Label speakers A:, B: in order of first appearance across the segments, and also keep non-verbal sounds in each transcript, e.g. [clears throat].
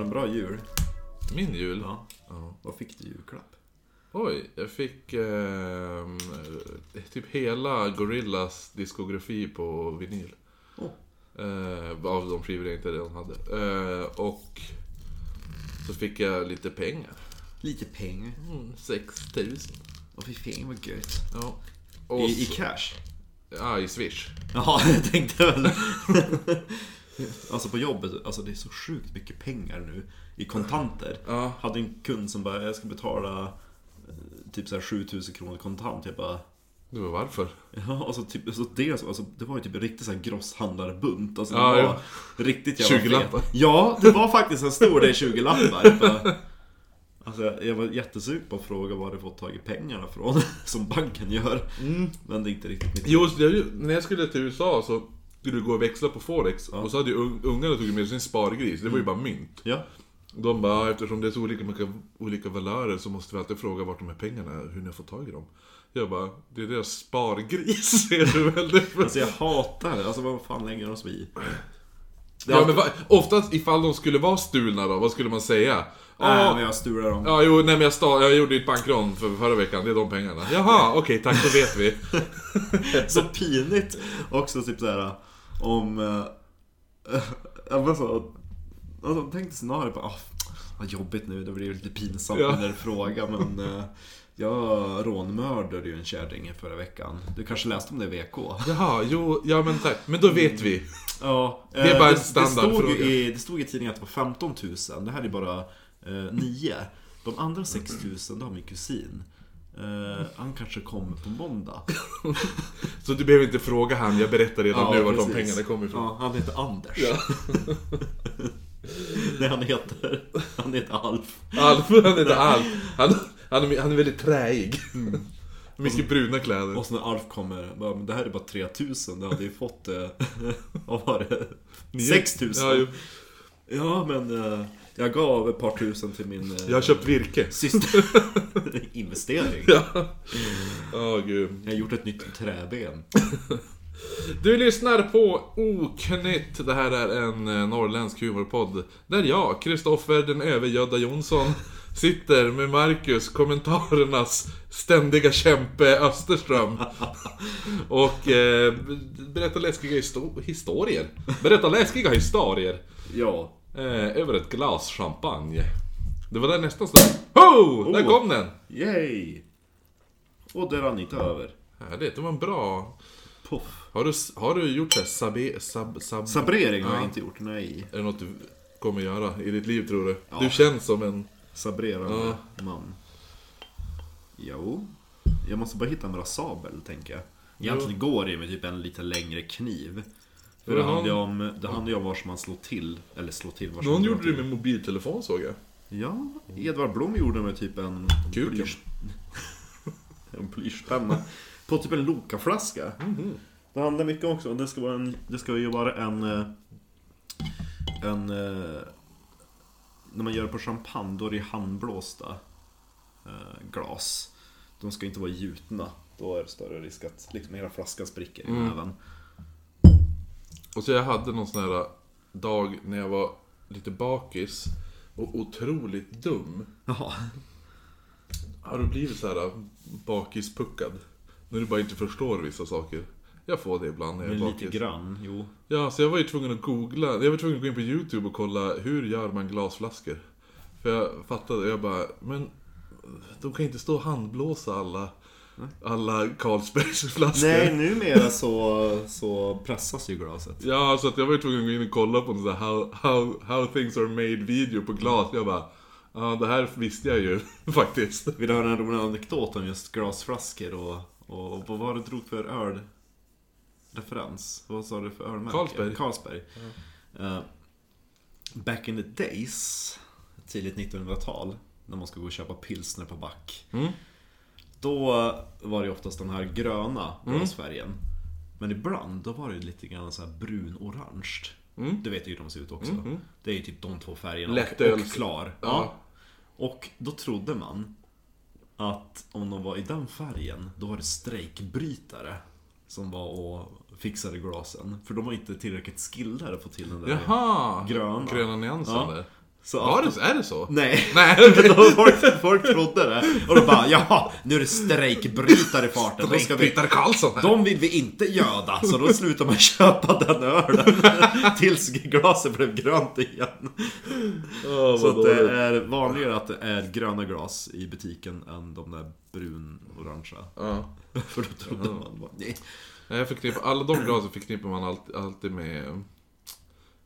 A: en bra jul.
B: Min jul?
A: Ja. ja. Vad fick du i julklapp?
B: Oj, jag fick eh, typ hela Gorillas diskografi på vinyl.
A: Oh.
B: Eh, av de skivor jag inte redan hade. Eh, och så fick jag lite pengar.
A: Lite pengar.
B: Mm, 6 000.
A: Och fy fan vad gött.
B: Ja. Och
A: I, I
B: så-
A: cash?
B: Ja, i Swish.
A: Ja, [laughs] jag tänkte väl. alltså på jobbet, alltså det är så sjukt mycket pengar nu i kontanter.
B: Ja.
A: Hade en kund som bara, jag ska betala eh, typ så här 7000 kronor kontant. Jag bara,
B: Du var varför?
A: Ja, alltså, typ, alltså, dels, alltså det var ju typ en riktig så här grosshandlarbunt. Alltså, det
B: Ja,
A: var
B: ja.
A: riktigt jävla
B: 20-lappar.
A: fet. Ja, det var faktiskt en stor del
B: [laughs]
A: 20-lappar. Bara- Alltså, jag, jag var jättesugen på att fråga var du fått tag i pengarna från, [laughs] som banken gör.
B: Mm.
A: Men det är inte riktigt mitt.
B: Jo, så det- när jag skulle till USA så skulle du gå och växla på Forex. Och så hade ju un- ungarna tagit med sin spargris. Det var ju bara mynt.
A: Ja,
B: De bara, eftersom det är så olika mycket olika valörer så måste vi alltid fråga vart de här pengarna är, hur ni har fått tag i dem. Jag bara, det är deras spargris, [laughs] ser du väl? Det för...
A: alltså jag hatar det. Alltså vad fan lägger de sig i?
B: ja, men va, oftast ifall de skulle vara stulna då, vad skulle man säga?
A: Nej,
B: Ja,
A: men jag stular dem.
B: ja jo, nej men jag, sta, jag gjorde ju ett bankrån för, förra veckan, det är de pengarna. Jaha, okej, tack, så vet vi.
A: [laughs] Så pinigt också typ såhär om... eh, [laughs] ja, men så, alltså, tänk dig scenariot bara, ah, vad jobbigt nu, det blir lite pinsamt
B: Ja.
A: när du frågar men eh, jag rånmördade ju en kärring i förra veckan. Du kanske läste om det i
B: [laughs]
A: VK?
B: Jaha, jo, ja men tack, men då
A: Mm.
B: vet vi.
A: Ja, eh,
B: Det är bara en
A: det, stod
B: standardfråga.
A: ju i, det stod i tidningen att det var 15 000, det här är bara eh, 9. De andra 6 000, det har min kusin. Eh, han kanske kommer på måndag.
B: Så du behöver inte fråga han, jag berättar redan nu vart de
A: precis.
B: pengarna kommer ifrån.
A: Ja, han heter Anders. [laughs] Nej, han heter, han heter Alf.
B: Alf, han heter Alf. Han, han, är- han är väldigt träig. Mycket bruna kläder.
A: Och så när Alf kommer, bara, men det här är bara 3000, du hade ju fått, eh, [laughs] vad var det? 6000?
B: Ja, ju.
A: Ja, men eh, jag gav ett par tusen till min eh,
B: jag har köpt virke.
A: syster. [laughs] Investering.
B: Åh gud.
A: Jag har gjort ett nytt träben.
B: Du lyssnar på Oknytt. Det här är en eh, norrländsk humorpodd. Där jag, Kristoffer den övergödda Jonsson, sitter med Marcus, kommentarernas ständiga kämpe Österström. Och eh, berättar läskiga histo- historier. Berättar läskiga historier.
A: Ja.
B: Eh, över ett glas champagne. Det var där nästan sådär. Ho! Där
A: Oh.
B: kom den!
A: Yay! Och där rann inte över.
B: Härligt, det var en bra...
A: Puff.
B: Har du, har du gjort det här sabe... Sab, sab...
A: Sabrering har jag
B: Ja.
A: inte gjort, nej.
B: Är det något du kommer göra i ditt liv tror du?
A: Ja.
B: Du känns som en...
A: Sabrerande man. Jo. Jag måste bara hitta en bra sabel, tänker jag. Egentligen går det ju med typ en lite längre kniv. För det
B: Men
A: handlar ju om, det handlar ju om var som man slår till. Eller slår till var som
B: Någon
A: man
B: gjorde
A: drar
B: det med mobiltelefon såg jag.
A: till. Ja, Edvard Blom gjorde med typ en...
B: Kuken.
A: blyerts- [laughs] en blyertspenna. På typ en Lokaflaska.
B: Mhm.
A: Det handlar mycket också om, det ska, vara en, det ska ju vara en... eh, En... eh, När man gör det på champagne, då är det handblåsta eh, glas. De ska inte vara gjutna. Då är det större risk att liksom hela flaskan spricker i
B: Mm.
A: näven.
B: Och så jag hade någon sån här eh, dag när jag var lite bakis och otroligt dum.
A: Jaha.
B: Har du blivit så här bakispuckad? När du bara inte förstår vissa saker. Jag får det ibland när jag är
A: Men
B: bakis.
A: lite grann, jo.
B: Ja, så jag var ju tvungen att googla, jag var tvungen att gå in på YouTube och kolla hur gör man glasflaskor? För jag fattade, jag bara, men de kan inte stå och handblåsa alla, alla Carlsbergsflaskor.
A: Nej, numera så, så pressas ju glaset.
B: Ja, så att jag var ju tvungen att gå in och kolla på en sån här how, how, how things are made video på glas. Jag bara, ja det här visste jag ju [laughs] faktiskt.
A: [laughs] Vill du höra en rolig anekdot om just glasflaskor och, och, och vad var det du drog för öl? Referens? Vad sa du för ölmärke?
B: Carlsberg.
A: Carlsberg. Eh, back in the days, tidigt 1900-tal, när man skulle gå och köpa pilsner på back.
B: Mm.
A: Då var det oftast den här gröna
B: Mm.
A: glasfärgen. Men ibland, då var det lite grann så här brun-orange.
B: Mm.
A: Du vet ju hur de ser ut också. Det är ju typ de två färgerna. och,
B: Lättöl.
A: och klar.
B: Mm-hmm. Ja.
A: Och då trodde man att om de var i den färgen, då var det strejkbrytare som var och fixade glasen. För de var inte tillräckligt skillade på till den där
B: Jaha!
A: gröna.
B: Gröna nyansen
A: Ja.
B: där.
A: Så
B: Var det, så- är det så?
A: Nej.
B: Nej.
A: [laughs] Då folk, folk trodde det. Och då bara, ja, nu är det strejkbrytare i farten. Då ska vi,
B: Strejkbrytare Karlsson här.
A: de vill vi inte göda, så då slutar man [laughs] köpa den ölen. [laughs] Tills glaset blev grönt igen.
B: Åh,
A: Så
B: vad
A: att det
B: dåligt.
A: är vanligare att det är gröna glas i butiken än de där brun-orangea.
B: Ja.
A: För då trodde man bara, nej.
B: Nej, Jag förknippar, alla de glasen förknippar man alltid, alltid med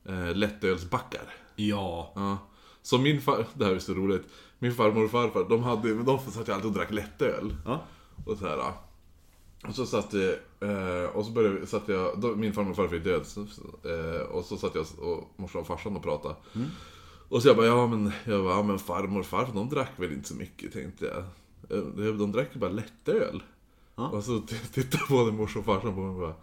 B: eh, lättölsbackar.
A: Ja.
B: Ja. Så min far, [laughs] det här är så roligt. Min farmor och farfar, de, hade, de satt ju alltid och drack lättöl.
A: Ja.
B: Och så här. ja. Och så satt jag, eh, och så började vi- satt jag, då, min farmor och farfar är död, så, så, eh, och så satt jag och morsan och farsan och pratade. Och så jag bara, ja men, jag bara, ja, men farmor och farfar de drack väl inte så mycket tänkte jag. Eh, De drack ju bara lättöl.
A: Ja.
B: Och så t- [laughs] tittade både morsan och farsan på mig och bara,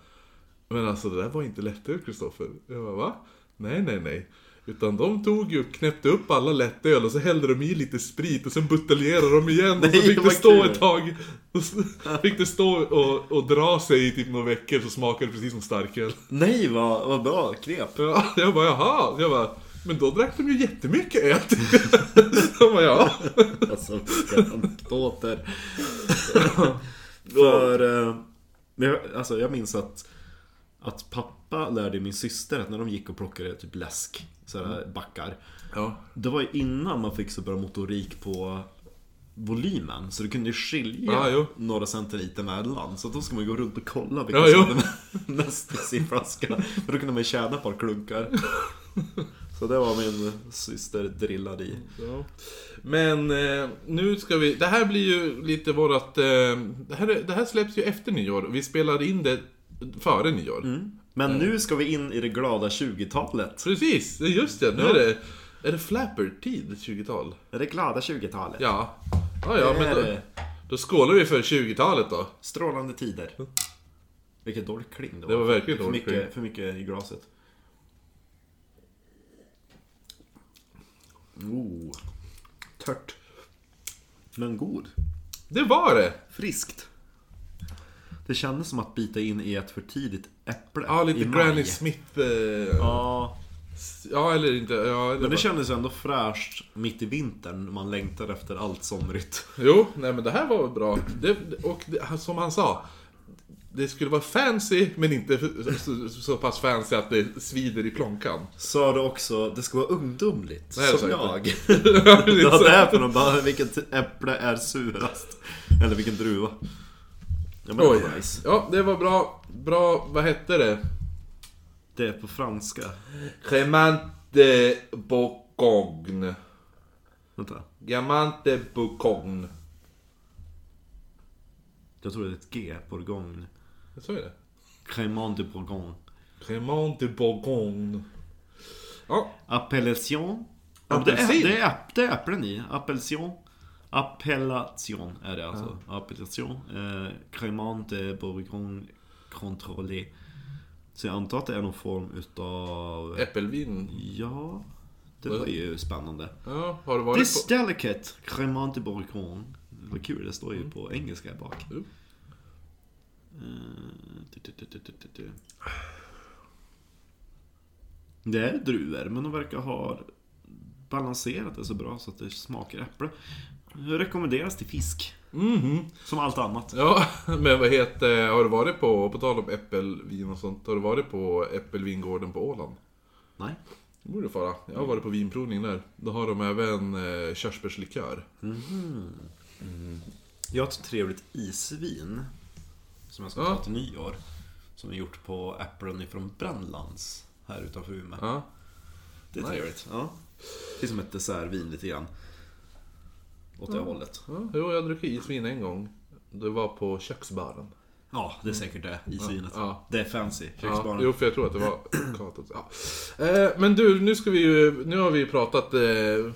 B: men alltså det där var inte lättöl Kristoffer. Jag bara, va? Nej, nej, nej. Utan de tog ju, knäppte upp alla lättöl och så hällde de i lite sprit och sen buteljerade de igen och så
A: Nej,
B: fick det
A: vad
B: stå
A: kul.
B: ett tag. Och så [laughs] fick det stå och, och dra sig i typ några veckor så smakade det precis som starköl.
A: Nej, vad, vad bra knep. [laughs]
B: Ja, [laughs] jag bara, jaha. Jag bara, men då drack de ju jättemycket öl. [laughs] Jag bara, ja.
A: Alltså, vilka anekdoter. För, eh, men jag, alltså jag minns att, att pappa lärde min syster att när de gick och plockade typ läsk, sådär backar.
B: Ja,
A: Det var ju innan man fick så bra motorik på volymen, så du kunde ju skilja
B: Ja, jo.
A: några centiliter mellan. Så då ska man ju gå runt och kolla vilka
B: Ja, jo.
A: som hade [laughs] mest i sin flaska. För då kunde man ju tjäna ett par klunkar. Så det var min syster drillad i.
B: Ja. Men eh, nu ska vi... Det här blir ju lite vårat... Eh, det, här, är- det här släpps ju efter nyår. Vi spelar in det före nyår.
A: Men nu ska vi in i det glada 20-talet.
B: Precis, det är just det. Nu är det... Är det flapper-tid, 20-tal?
A: Det glada 20-talet.
B: Ja. Ja, ja,
A: Det
B: men
A: är
B: då,
A: det.
B: då skålar vi för 20-talet då.
A: Strålande tider. Vilket dåligt kling det var.
B: Det var verkligen
A: för,
B: dåligt kling.
A: mycket, för mycket i glaset. Oh. Tört. Men god.
B: Det var det!
A: Friskt. Det kändes som att bita in i ett för tidigt äpple
B: Ja, lite
A: i maj.
B: Granny Smith... Eh, ja.
A: Ja,
B: eller inte... Ja, eller
A: men det
B: vad-
A: kändes ändå fräscht mitt i vintern när man längtar efter allt somrigt.
B: Jo, nej men det här var väl bra. Det, och det, som han sa, det skulle vara fancy men inte så, så pass fancy att det svider i plånkan.
A: Sa du också, det ska vara ungdomligt.
B: Nej, det
A: som
B: sa
A: jag.
B: jag Lite
A: [laughs] Det
B: så.
A: var därför de bara, vilket äpple är surast? Eller vilken druva? Ja, men det
B: Oj.
A: var nice.
B: Ja, det var bra. Bra, vad hette det?
A: Det är på franska.
B: Gemante Bourgogne.
A: Vänta.
B: Gemante Bourgogne.
A: Jag tror det är ett G, Bourgogne.
B: Jag sa ju det.
A: Crémant de Bourgogne.
B: Gemante Bourgogne. Ja,
A: Appellation. Ja, det, är,
B: Apelsin.
A: det, är, äpp- det är äpplen i. Appellation. Appellation är det alltså. Appellation. Eh, Crémant de Bourgogne contrôlé. Så jag antar att det är någon form utav...
B: äppelvin.
A: Ja, det var ju spännande.
B: Ja, har du varit
A: This
B: på...
A: delicate cremant de bourgogne. Vad kul, det står ju på engelska här bak.
B: Jo.
A: Eh, tu, tu, tu, tu, tu, tu, tu. Det är druvor, men de verkar ha balanserat det så bra så att det smakar äpple. Det rekommenderas till fisk.
B: Mhm.
A: Som allt annat.
B: Ja, [laughs] men vad heter, har du varit på, på tal om äppelvin och sånt, har du varit på äppelvingården på Åland?
A: Nej.
B: Det borde fara. Jag har varit på vinprovning där. Då har de även eh, körsbärslikör.
A: Jag har ett trevligt isvin. Som jag ska
B: Ja.
A: ta till nyår. Som är gjort på äpplen ifrån Brännlands. Här utanför Umeå.
B: Ja.
A: Det är
B: Nice.
A: trevligt. Ja. Det är som ett dessertvin lite grann. Åt det hållet.
B: ja. Jo, jag druckit isvin en gång. Det var på köksbaren.
A: Ja, det är säkert det. Isvinet.
B: Ja.
A: Det är fancy.
B: Ja,
A: Köksbarnen.
B: jo, för jag tror att det var Katos. Ja. Eh, men du, nu ska vi ju, nu har vi ju pratat eh,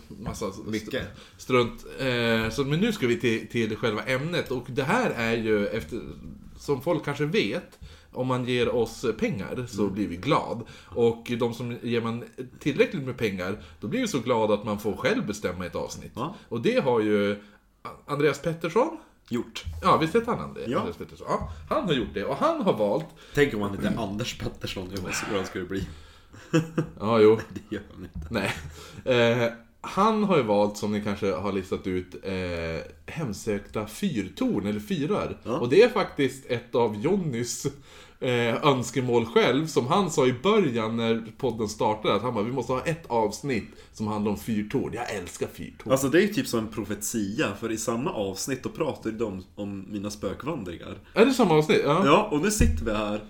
B: massa st-
A: Mycket.
B: strunt. Eh, så, men nu ska vi till, till själva ämnet och det här är ju, efter, som folk kanske vet, om man ger oss pengar så
A: Mm.
B: blir vi glad. Och de som ger man tillräckligt med pengar, då blir vi så glada att man får själv bestämma ett avsnitt.
A: Ja.
B: Och det har ju Andreas Pettersson,
A: Gjort.
B: ja visst heter han det?
A: Ja.
B: Andreas Pettersson. Ja, han har gjort det och han har valt
A: Tänk om man heter Anders [laughs] Pettersson. Hur vad- hur han skulle bli.
B: Ja, jo.
A: Det gör han inte.
B: Nej. Eh, Han har ju valt, som ni kanske har listat ut, eh, hemsökta fyrtorn, eller fyrar.
A: Ja.
B: Och det är faktiskt ett av Johnnys eh, önskemål själv, som han sa i början när podden startade, att han bara, vi måste ha ett avsnitt som handlar om fyrtorn. Jag älskar fyrtorn.
A: Alltså det är ju typ som en profetia, för i samma avsnitt då pratar de om mina spökvandringar.
B: Är det samma avsnitt? Ja.
A: Ja, och nu sitter vi här.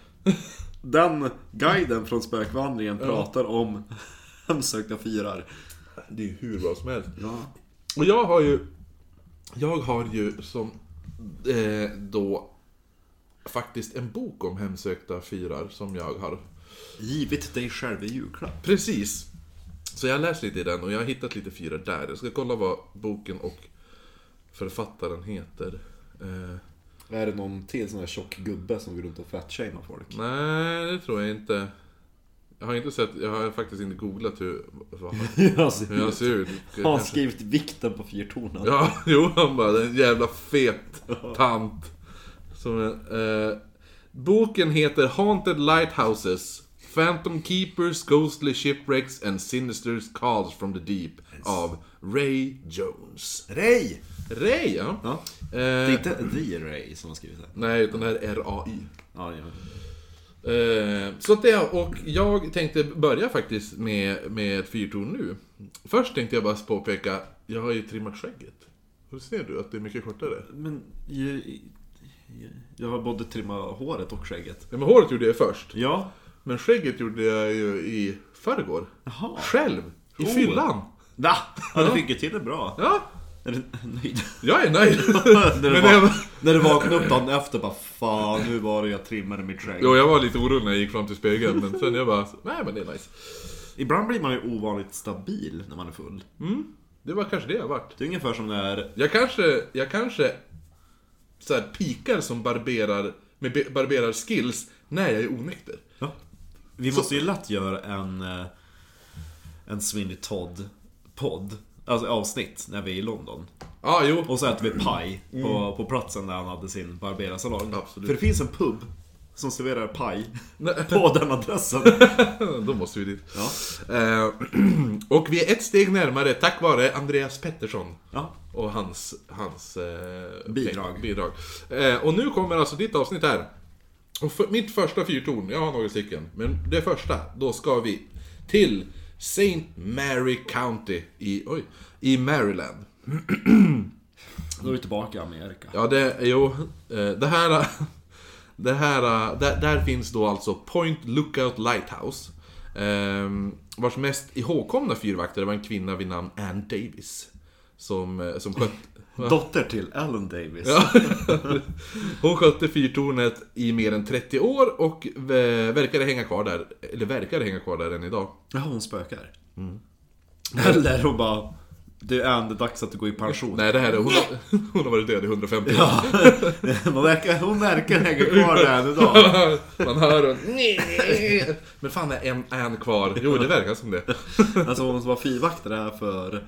A: Den guiden från spökvandringen pratar om [laughs] hemsökta fyrar.
B: Det är ju hur bra som helst.
A: Ja.
B: Och jag har ju... Jag har ju som eh, då faktiskt en bok om hemsökta fyrar som jag har.
A: Givit dig själv i julklapp.
B: Precis! Så jag har läst lite i den och jag har hittat lite fyrar där. Jag ska kolla vad boken och författaren heter. Eh,
A: Är det någon till sån här tjock gubbe som går runt och fatshamar [laughs] folk?
B: nej, det tror jag inte. Jag har inte sett, jag har faktiskt inte googlat hur, vad- hur han ser ut.
A: Har alltså, han skrivit vikten på fyrtornen?
B: alltså, Ja, [laughs] jo han bara, den jävla fet tant. Som, en- eh, boken heter Haunted Lighthouses. Phantom Keepers, Ghostly Shipwrecks and Sinister Calls from the Deep av Ray Jones.
A: Ray!
B: Ray, ja.
A: Ja. Det är
B: Eh,
A: inte The Ray som har skrivit det.
B: nej, utan det här är RAI.
A: Ja, ja.
B: Eh, så att det, och jag tänkte börja faktiskt med, med ett fyrtorn nu. Först tänkte jag bara påpeka, jag har ju trimmat skägget. Hur ser du att det är mycket kortare?
A: Men jag, jag har både trimmat håret och skägget.
B: Ja, men håret gjorde jag först.
A: Ja.
B: Men skägget gjorde jag ju i förrgår.
A: Jaha.
B: Själv! I
A: Oh.
B: fyllan!
A: Va? Ja, du fick ju till det bra.
B: Ja,
A: Är du [laughs] nöjd?
B: jag
A: [laughs]
B: är nöjd.
A: när, du
B: [laughs] Men
A: vak-
B: jag var-
A: när du vaknade upp dagen efter bara Fan, nu var det jag trimmade mitt skägg.
B: jo, jag var lite orolig när jag gick fram till spegeln, men sen jag bara, nej men det är nice.
A: Ibland blir man ju ovanligt stabil när man är full.
B: Det var kanske det jag vart.
A: Det är ungefär som när...
B: Jag kanske, jag kanske så här pikar som barberar, med be- barberarskills när jag är onykter.
A: Ja. Vi måste ju lätt göra en... eh, En Sweeney Todd-podd. Alltså avsnitt när vi är i London.
B: Ja, ah, jo. [laughs]
A: Och så äter vi paj på, på platsen där han hade sin barberarsalong.
B: Mm. Absolut.
A: För det finns en pub som serverar
B: [laughs]
A: paj
B: Nej.
A: på den adressen.
B: Då måste vi dit.
A: Ja.
B: Eh, [clears throat] och vi är ett steg närmare tack vare Andreas Pettersson.
A: Ja.
B: Och hans, hans eh,
A: Bidrag.
B: peng- bidrag. Eh, och nu kommer alltså ditt avsnitt här. Och för, mitt första fyrtorn, jag har några stycken, men det första, då ska vi till St. Mary County i, oj, i Maryland.
A: Då är vi tillbaka i Amerika.
B: Ja, det, jo, eh, det här... [laughs] Det här, eh, där, där finns då alltså Point Lookout Lighthouse. Eh, vars mest ihågkomna fyrvaktare var en kvinna vid namn Ann Davis. Som, eh, som skötte...
A: Dotter till Alan Davis.
B: [laughs] Hon skötte fyrtornet i mer än 30 år och eh, verkade hänga kvar där, eller verkar hänga kvar där än idag.
A: Jaha, hon spökar?
B: Mm.
A: Eller hon bara... Du Ann, det är dags att du går i pension.
B: Nej, det här är, hon, har, [laughs] hon har varit död i 150 år.
A: Ja. [laughs] Hon verkar, hon verkar hänga
B: [laughs]
A: kör det än idag.
B: Man hör hon... "Nej." Men fan är en, en kvar? Jo, det verkar som det.
A: Alltså hon som var fyrvaktare här för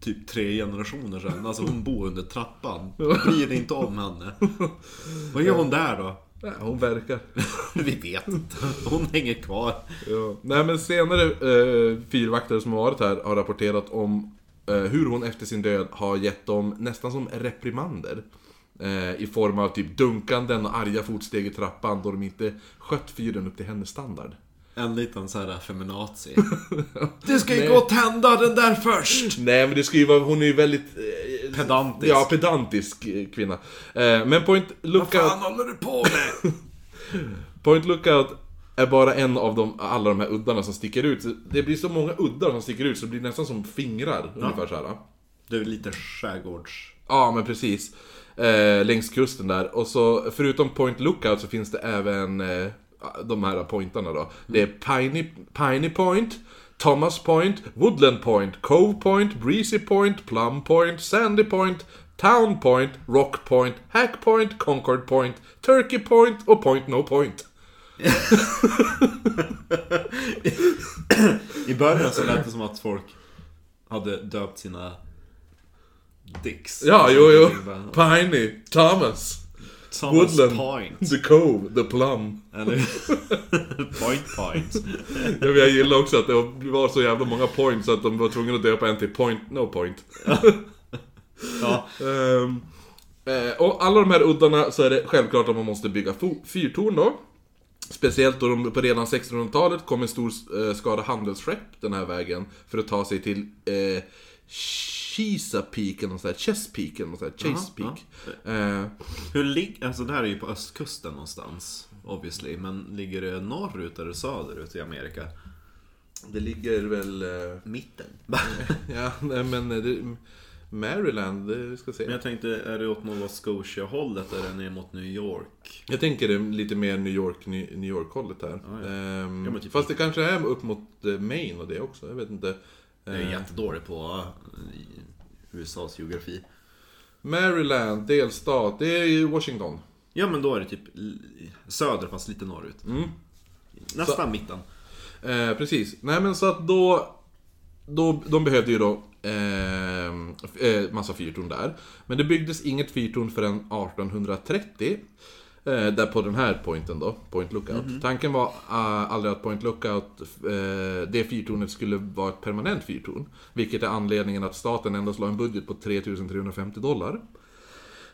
A: typ tre generationer sedan. Alltså hon bor under trappan. Bryr dig inte om henne. Vad gör hon där då?
B: Nej, hon verkar.
A: Vi vet inte. Hon hänger kvar.
B: Ja. Nej, men senare eh, fyrvaktare som har varit här har rapporterat om eh, hur hon efter sin död har gett dem nästan som reprimander. Eh, I form av typ dunkanden och arga fotsteg i trappan då de inte skött fyren upp till hennes standard.
A: En liten så här feminazi. Du ska ju
B: Nej.
A: gå och tända den där först!
B: Nej men det ska ju vara, hon är ju väldigt... Eh,
A: Pedantisk.
B: Ja, pedantisk eh, kvinna. Eh, men Point
A: Vad
B: Lookout,
A: fan håller du på med?
B: Point Lookout är bara en av de, alla de här uddarna som sticker ut. Det blir så många uddar som sticker ut så det blir nästan som fingrar, ungefär så här. va?
A: Det är lite skärgårds...
B: Ja, men precis. Eh, längs kusten där. Och så förutom Point Lookout så finns det även eh, de här pointarna då. Det är Piney, Piney Point, Thomas Point, Woodland Point, Cove Point, Breezy Point, Plum Point, Sandy Point, Town Point, Rock Point, Hack Point, Concord Point, Turkey Point och Point No Point.
A: I början så lät det som att folk hade döpt sina dicks.
B: Ja, jo, jo.
A: Bara,
B: Piney, Thomas.
A: Thomas
B: Woodland.
A: Point.
B: The Cove, The Plum.
A: Eller... point Point.
B: Ja, men Jag gillar också att det var så jävla många points att de var tvungna att döpa en till Point No Point.
A: Ja.
B: Ehm, eh, och alla de här uddarna så är det självklart att man måste bygga fo- fyrtorn då. Speciellt då de på redan 1600-talet kom en stor eh, skara handelsskepp den här vägen för att ta sig till eh, Chesapeake eller något sånt där, Chesapeake eller något sånt där, Chesapeake. Eh,
A: Hur ligger... Alltså det här är ju på östkusten någonstans. Obviously. Men ligger det norrut eller söderut i Amerika?
B: det ligger väl... Eh, [laughs]
A: Mitten.
B: ja, nej, men... eh, Det, Maryland, det ska jag
A: Men [laughs]
B: säga.
A: jag tänkte, är det åt Nova Scotia-hållet eller ner mot New York?
B: Jag tänker det lite mer New York, New New York-hållet här.
A: ja.
B: Ehm,
A: Ja, men typ-
B: Fast det kanske är upp mot eh, Maine och det också, jag vet inte.
A: Jag är
B: Ehm,
A: jättedålig på eh, USAs geografi.
B: Maryland, delstat, det är ju Washington.
A: Ja men då är det typ l- söder fast lite norrut.
B: Mm.
A: Nästan mitten. [laughs]
B: Eh, precis. Nej men så att då... då de behövde ju då ehm, f- eh, massa fyrtorn där. Men det byggdes inget fyrtorn förrän 1830. Eh, där på den här pointen då, Point Lookout. Tanken var eh, aldrig att Point Lookout, eh, det fyrtornet skulle vara ett permanent fyrtorn. Vilket är anledningen att staten endast la en budget på 3350 dollar.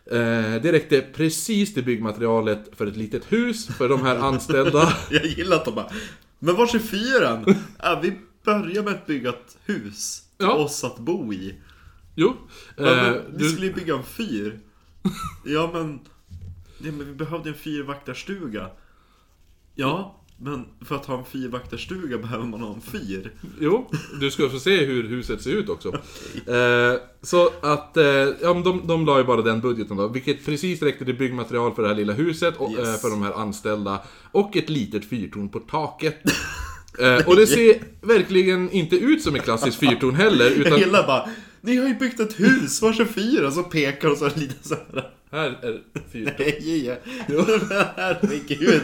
B: Eh, det räckte precis till byggmaterialet för ett litet hus för de här anställda.
A: Jag gillar att de bara Men vars är fyren? [laughs] ja, vi börjar med att bygga ett hus till
B: Ja.
A: oss att bo i.
B: Jo.
A: Ja,
B: Eh,
A: men, vi
B: du,
A: skulle ju bygga en fyr. Ja men, ja men vi behövde en fyrvaktarstuga. Ja, men för att ha en fyrvaktarstuga behöver man ha en fyr.
B: Jo, du ska få se hur huset ser ut också. Eh, så att, eh, ja, men de, de la ju bara den budgeten då, vilket precis räckte till byggmaterial för det här lilla huset och
A: Yes.
B: eh, för de här anställda. Och ett litet fyrtorn på taket. Eh, och det ser verkligen inte ut som ett klassiskt fyrtorn heller,
A: Jag [laughs]
B: utan
A: gillar bara, ni har ju byggt ett hus, vars är fyren? Så pekar och så är det lite såhär,
B: här är fyrtorn.
A: nej, ja. herregud.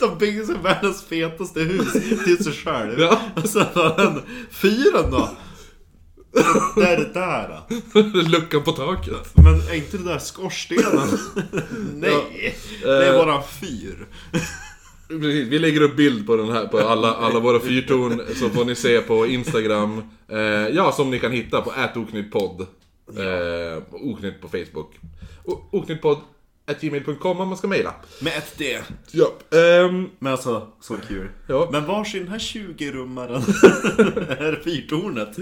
A: De byggde sig världens fetaste hus till sig själv.
B: Ja.
A: Och sen var den fyren då. Det är det där då.
B: [laughs] Luckan på taket.
A: Men är inte det där skorstenen? [laughs] Nej, det är
B: Eh.
A: bara en fyr.
B: Precis, vi lägger upp bild på den här, på alla, alla våra fyrtorn, så får ni se på Instagram. Eh, ja, som ni kan hitta på atoknyttpodd. Eh, oknytt på Facebook. O- Oknyttpodd at gmail.com om man ska mejla.
A: Med ett D.
B: Ja, ehm,
A: Men alltså, så kul.
B: Ja.
A: Men vars i den här 20-rummaren [laughs] är fyrtornet?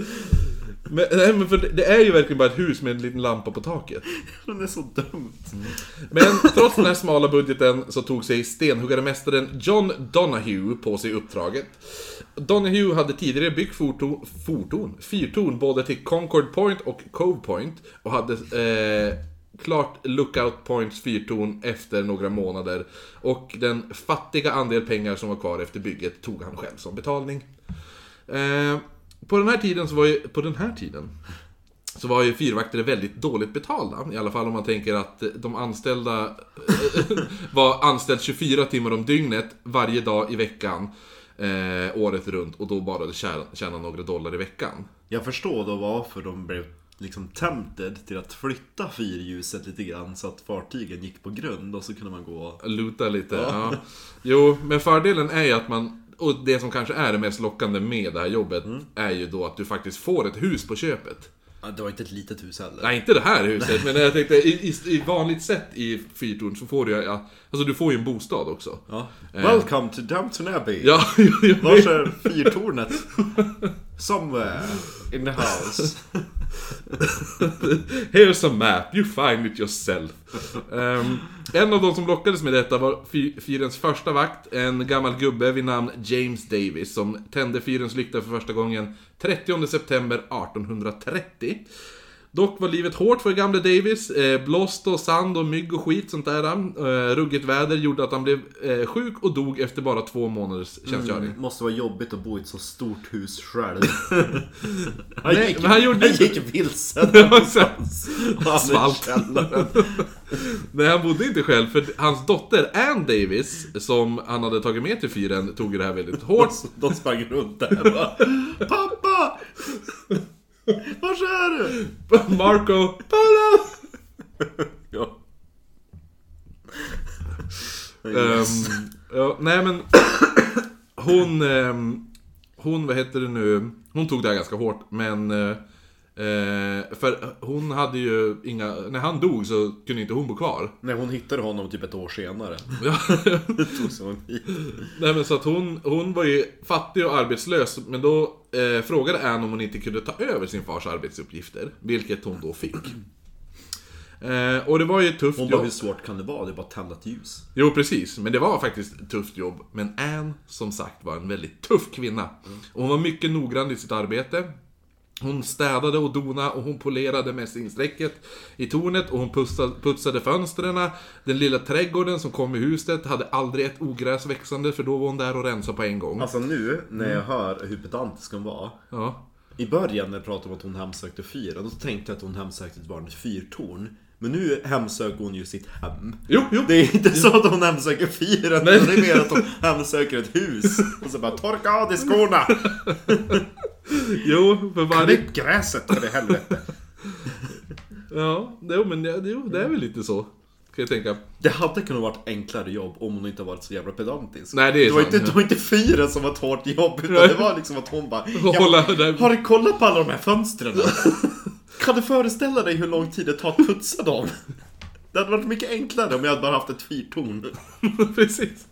B: men, nej, men för det, det är ju verkligen bara ett hus med en liten lampa på taket.
A: Den är så dumt.
B: Men trots den här smala budgeten så tog sig stenhuggaremästaren John Donahue på sig uppdraget. Donahue hade tidigare byggt forton, forton, fyrtorn både till Concord Point och Cove Point och hade eh, klart Lookout Points fyrtorn efter några månader. Och den fattiga andel pengar som var kvar efter bygget tog han själv som betalning. Eh, på den här tiden så var ju... På den här tiden? Så var ju fyrvakter väldigt dåligt betalda. I alla fall om man tänker att de anställda eh, [laughs] var anställd 24 timmar om dygnet varje dag i veckan. Eh, året runt och då bara tjäna, tjäna några dollar i veckan.
A: Jag förstår då varför de blev liksom tempted till att flytta fyrljuset lite grann så att fartygen gick på grund och så kunde man gå...
B: Luta lite, ja. Jo, men fördelen är ju att man... Och det som kanske är det mest lockande med det här jobbet är ju då att du faktiskt får ett hus på köpet.
A: Ja, det var inte ett litet hus heller.
B: Nej, inte det här huset, men jag tänkte i, i, i vanligt sätt i fyrtorn så får du ju... ja, Alltså du får ju en bostad också.
A: Ja. Eh. Welcome to Downton Abbey!
B: Ja, [laughs] jo, jo,
A: Vars är fyrtornet? Somewhere in the house.
B: Here's a map, you find it yourself. Ehm, en av de som lockades med detta var fy- fyrens första vakt, en gammal gubbe vid namn James Davis, som tände fyrens lykta för första gången 30 september 1830. Dock var livet hårt för gamle Davis. Eh, blåst och sand och mygg och skit sånt där. Eh, ruggigt väder gjorde att han blev eh, sjuk och dog efter bara två månaders tjänstgöring.
A: Det måste vara jobbigt att bo i ett så stort hus själv. Han
B: Nej, men [laughs] han gjorde-
A: gick
B: [laughs]
A: vilse.
B: Svalt.
A: Svalt.
B: Nej, han bodde inte själv, för hans dotter Ann Davis, som han hade tagit med till fyren, tog ju det här väldigt hårt. [laughs]
A: De sprang runt där och bara, Pappa! Var är du?
B: Marco, Paula!
A: ja. Yes.
B: Ehm, ja, nej men... [clears throat] Hon, ehm, hon, vad heter det nu, hon tog det här ganska hårt men... eh, eh, för hon hade ju inga, när han dog så kunde inte hon bo kvar.
A: Nej, hon hittade honom typ ett år senare. [laughs]
B: Ja.
A: Tog sig hon hit.
B: Nej men så att hon, hon var ju fattig och arbetslös men då eh, frågade Ann om hon inte kunde ta över sin fars arbetsuppgifter. Vilket hon då fick. [clears throat] Eh, och det var ju ett tufft
A: Hon bara,
B: jobb.
A: hur svårt kan det vara? Det är bara att tända ett ljus.
B: Jo precis, men det var faktiskt ett tufft jobb. Men Ann, som sagt, var en väldigt tuff kvinna.
A: Mm.
B: Och hon var mycket noggrann i sitt arbete. Hon städade och donade och hon polerade mässingsräcket i tornet och hon pussade, putsade fönstren. Den lilla trädgården som kom i huset hade aldrig ett ogräs växande för då var hon där och rensade på en gång.
A: Alltså nu, när jag hör hur pedantisk hon var.
B: Ja.
A: I början när jag pratade om att hon hemsökte fyren, då tänkte jag att hon hemsökte ett vanligt fyrtorn. Men nu hemsöker hon ju sitt hem.
B: Jo, jo.
A: Det är inte så att hon hemsöker fyren,
B: Nej.
A: utan det är mer att hon hemsöker ett hus. Och så bara torka av dig skorna!
B: Jo, för varje...
A: Klipp gräset för i helvete!
B: Ja, jo, men det, jo, det är väl lite så. Kan jag tänka.
A: Det hade kunnat varit enklare jobb om hon inte varit så jävla pedantisk.
B: Nej, det är
A: det var
B: sant,
A: inte,
B: ja.
A: det var inte fyren som var ett hårt jobb, utan
B: Nej.
A: det var liksom att hon bara...
B: Hålla där-
A: Har du kollat på alla de här fönstren? kan du föreställa dig hur lång tid det tar att putsa dem? Det hade varit mycket enklare om jag hade bara haft ett fyrtorn.
B: [laughs] Precis.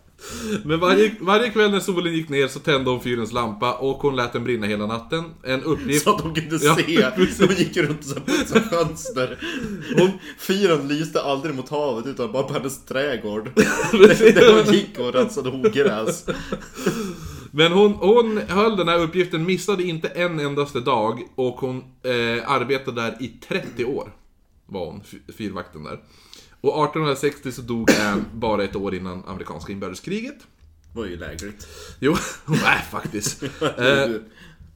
B: Men varje, varje kväll när solen gick ner så tände hon fyrens lampa och hon lät den brinna hela natten. En uppgift...
A: Så att [laughs] de kunde
B: Ja,
A: se.
B: precis.
A: De gick runt och så här putsade fönster.
B: Hon-
A: Fyren lyste aldrig mot havet utan bara på hennes
B: [laughs]
A: trädgård. Där hon gick och rensade ogräs.
B: Men hon, hon höll den här uppgiften, missade inte en endaste dag och hon eh, arbetade där i 30 år. Var hon, fy- fyrvakten där. Och 1860 så dog Ann bara ett år innan amerikanska inbördeskriget.
A: Det var ju lägligt.
B: Jo, [laughs] hon är faktiskt. Eh,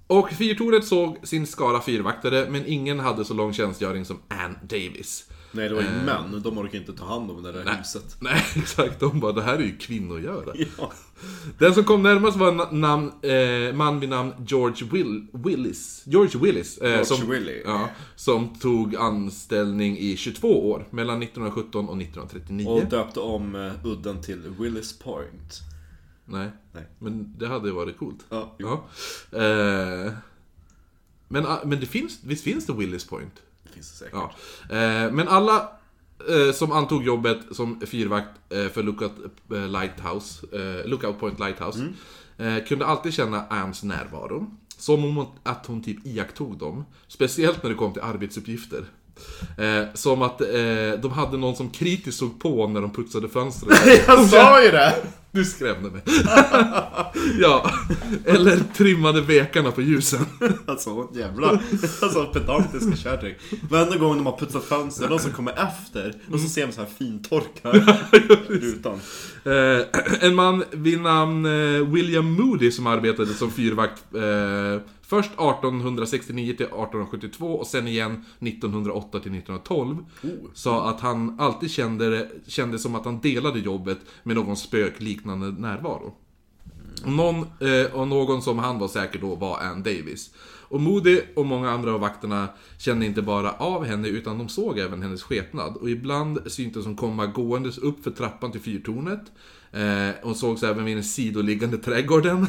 B: Och fyrtornet såg sin skara fyrvaktare, men ingen hade så lång tjänstgöring som Ann Davis. [laughs]
A: Nej, det var ju män. De orkar inte ta hand om det där huset.
B: Eh. Nej, exakt. De bara, det här är ju kvinnogöra.
A: Ja.
B: Den som kom närmast var en na- namn, eh, man vid namn George Will, Willis. George Willis. Eh,
A: George
B: som,
A: Willy.
B: Ja, som tog anställning i 22 år, mellan 1917 och 1939.
A: Och döpte om eh, udden till Willis Point.
B: Nej.
A: Nej.
B: Men det hade ju varit coolt.
A: Ja, jo.
B: Ja. Eh, men ah, men det finns, visst finns det Willis Point?
A: det finns det säkert.
B: Ja. Eh, men alla eh, som antog jobbet som fyrvakt eh, för Lookout, eh, Lighthouse, eh, Lookout Point Lighthouse eh, kunde alltid känna Anns närvaro. Som om hon- att hon typ iakttog dem. Speciellt när det kom till arbetsuppgifter. Eh, som att eh, de hade någon som kritiskt såg på när de putsade fönstren.
A: Jag sa ju det!
B: Du skrämde mig. [laughs] ja. Eller trimmade vekarna på ljusen.
A: Alltså jävlar. Alltså pedantiska kärring. Varenda gång de har putsat fönster, de som kommer efter. Och så ser man så här fintorkar i rutan.
B: Eh, [clears throat] en man vid namn eh, William Moody som arbetade som fyrvakt eh, först 1869 till 1872 och sen igen 1908 till 1912 sa att han alltid kände, det- kände som att han delade jobbet med någon spökliknande närvaro. Och någon, eh, och någon som han var säker då var Ann Davis. Och Moody och många andra av vakterna kände inte bara av henne utan de såg även hennes skepnad. Och ibland syntes hon komma gåendes upp för trappan till fyrtornet. Eh, hon sågs även vid den sidoliggande trädgården.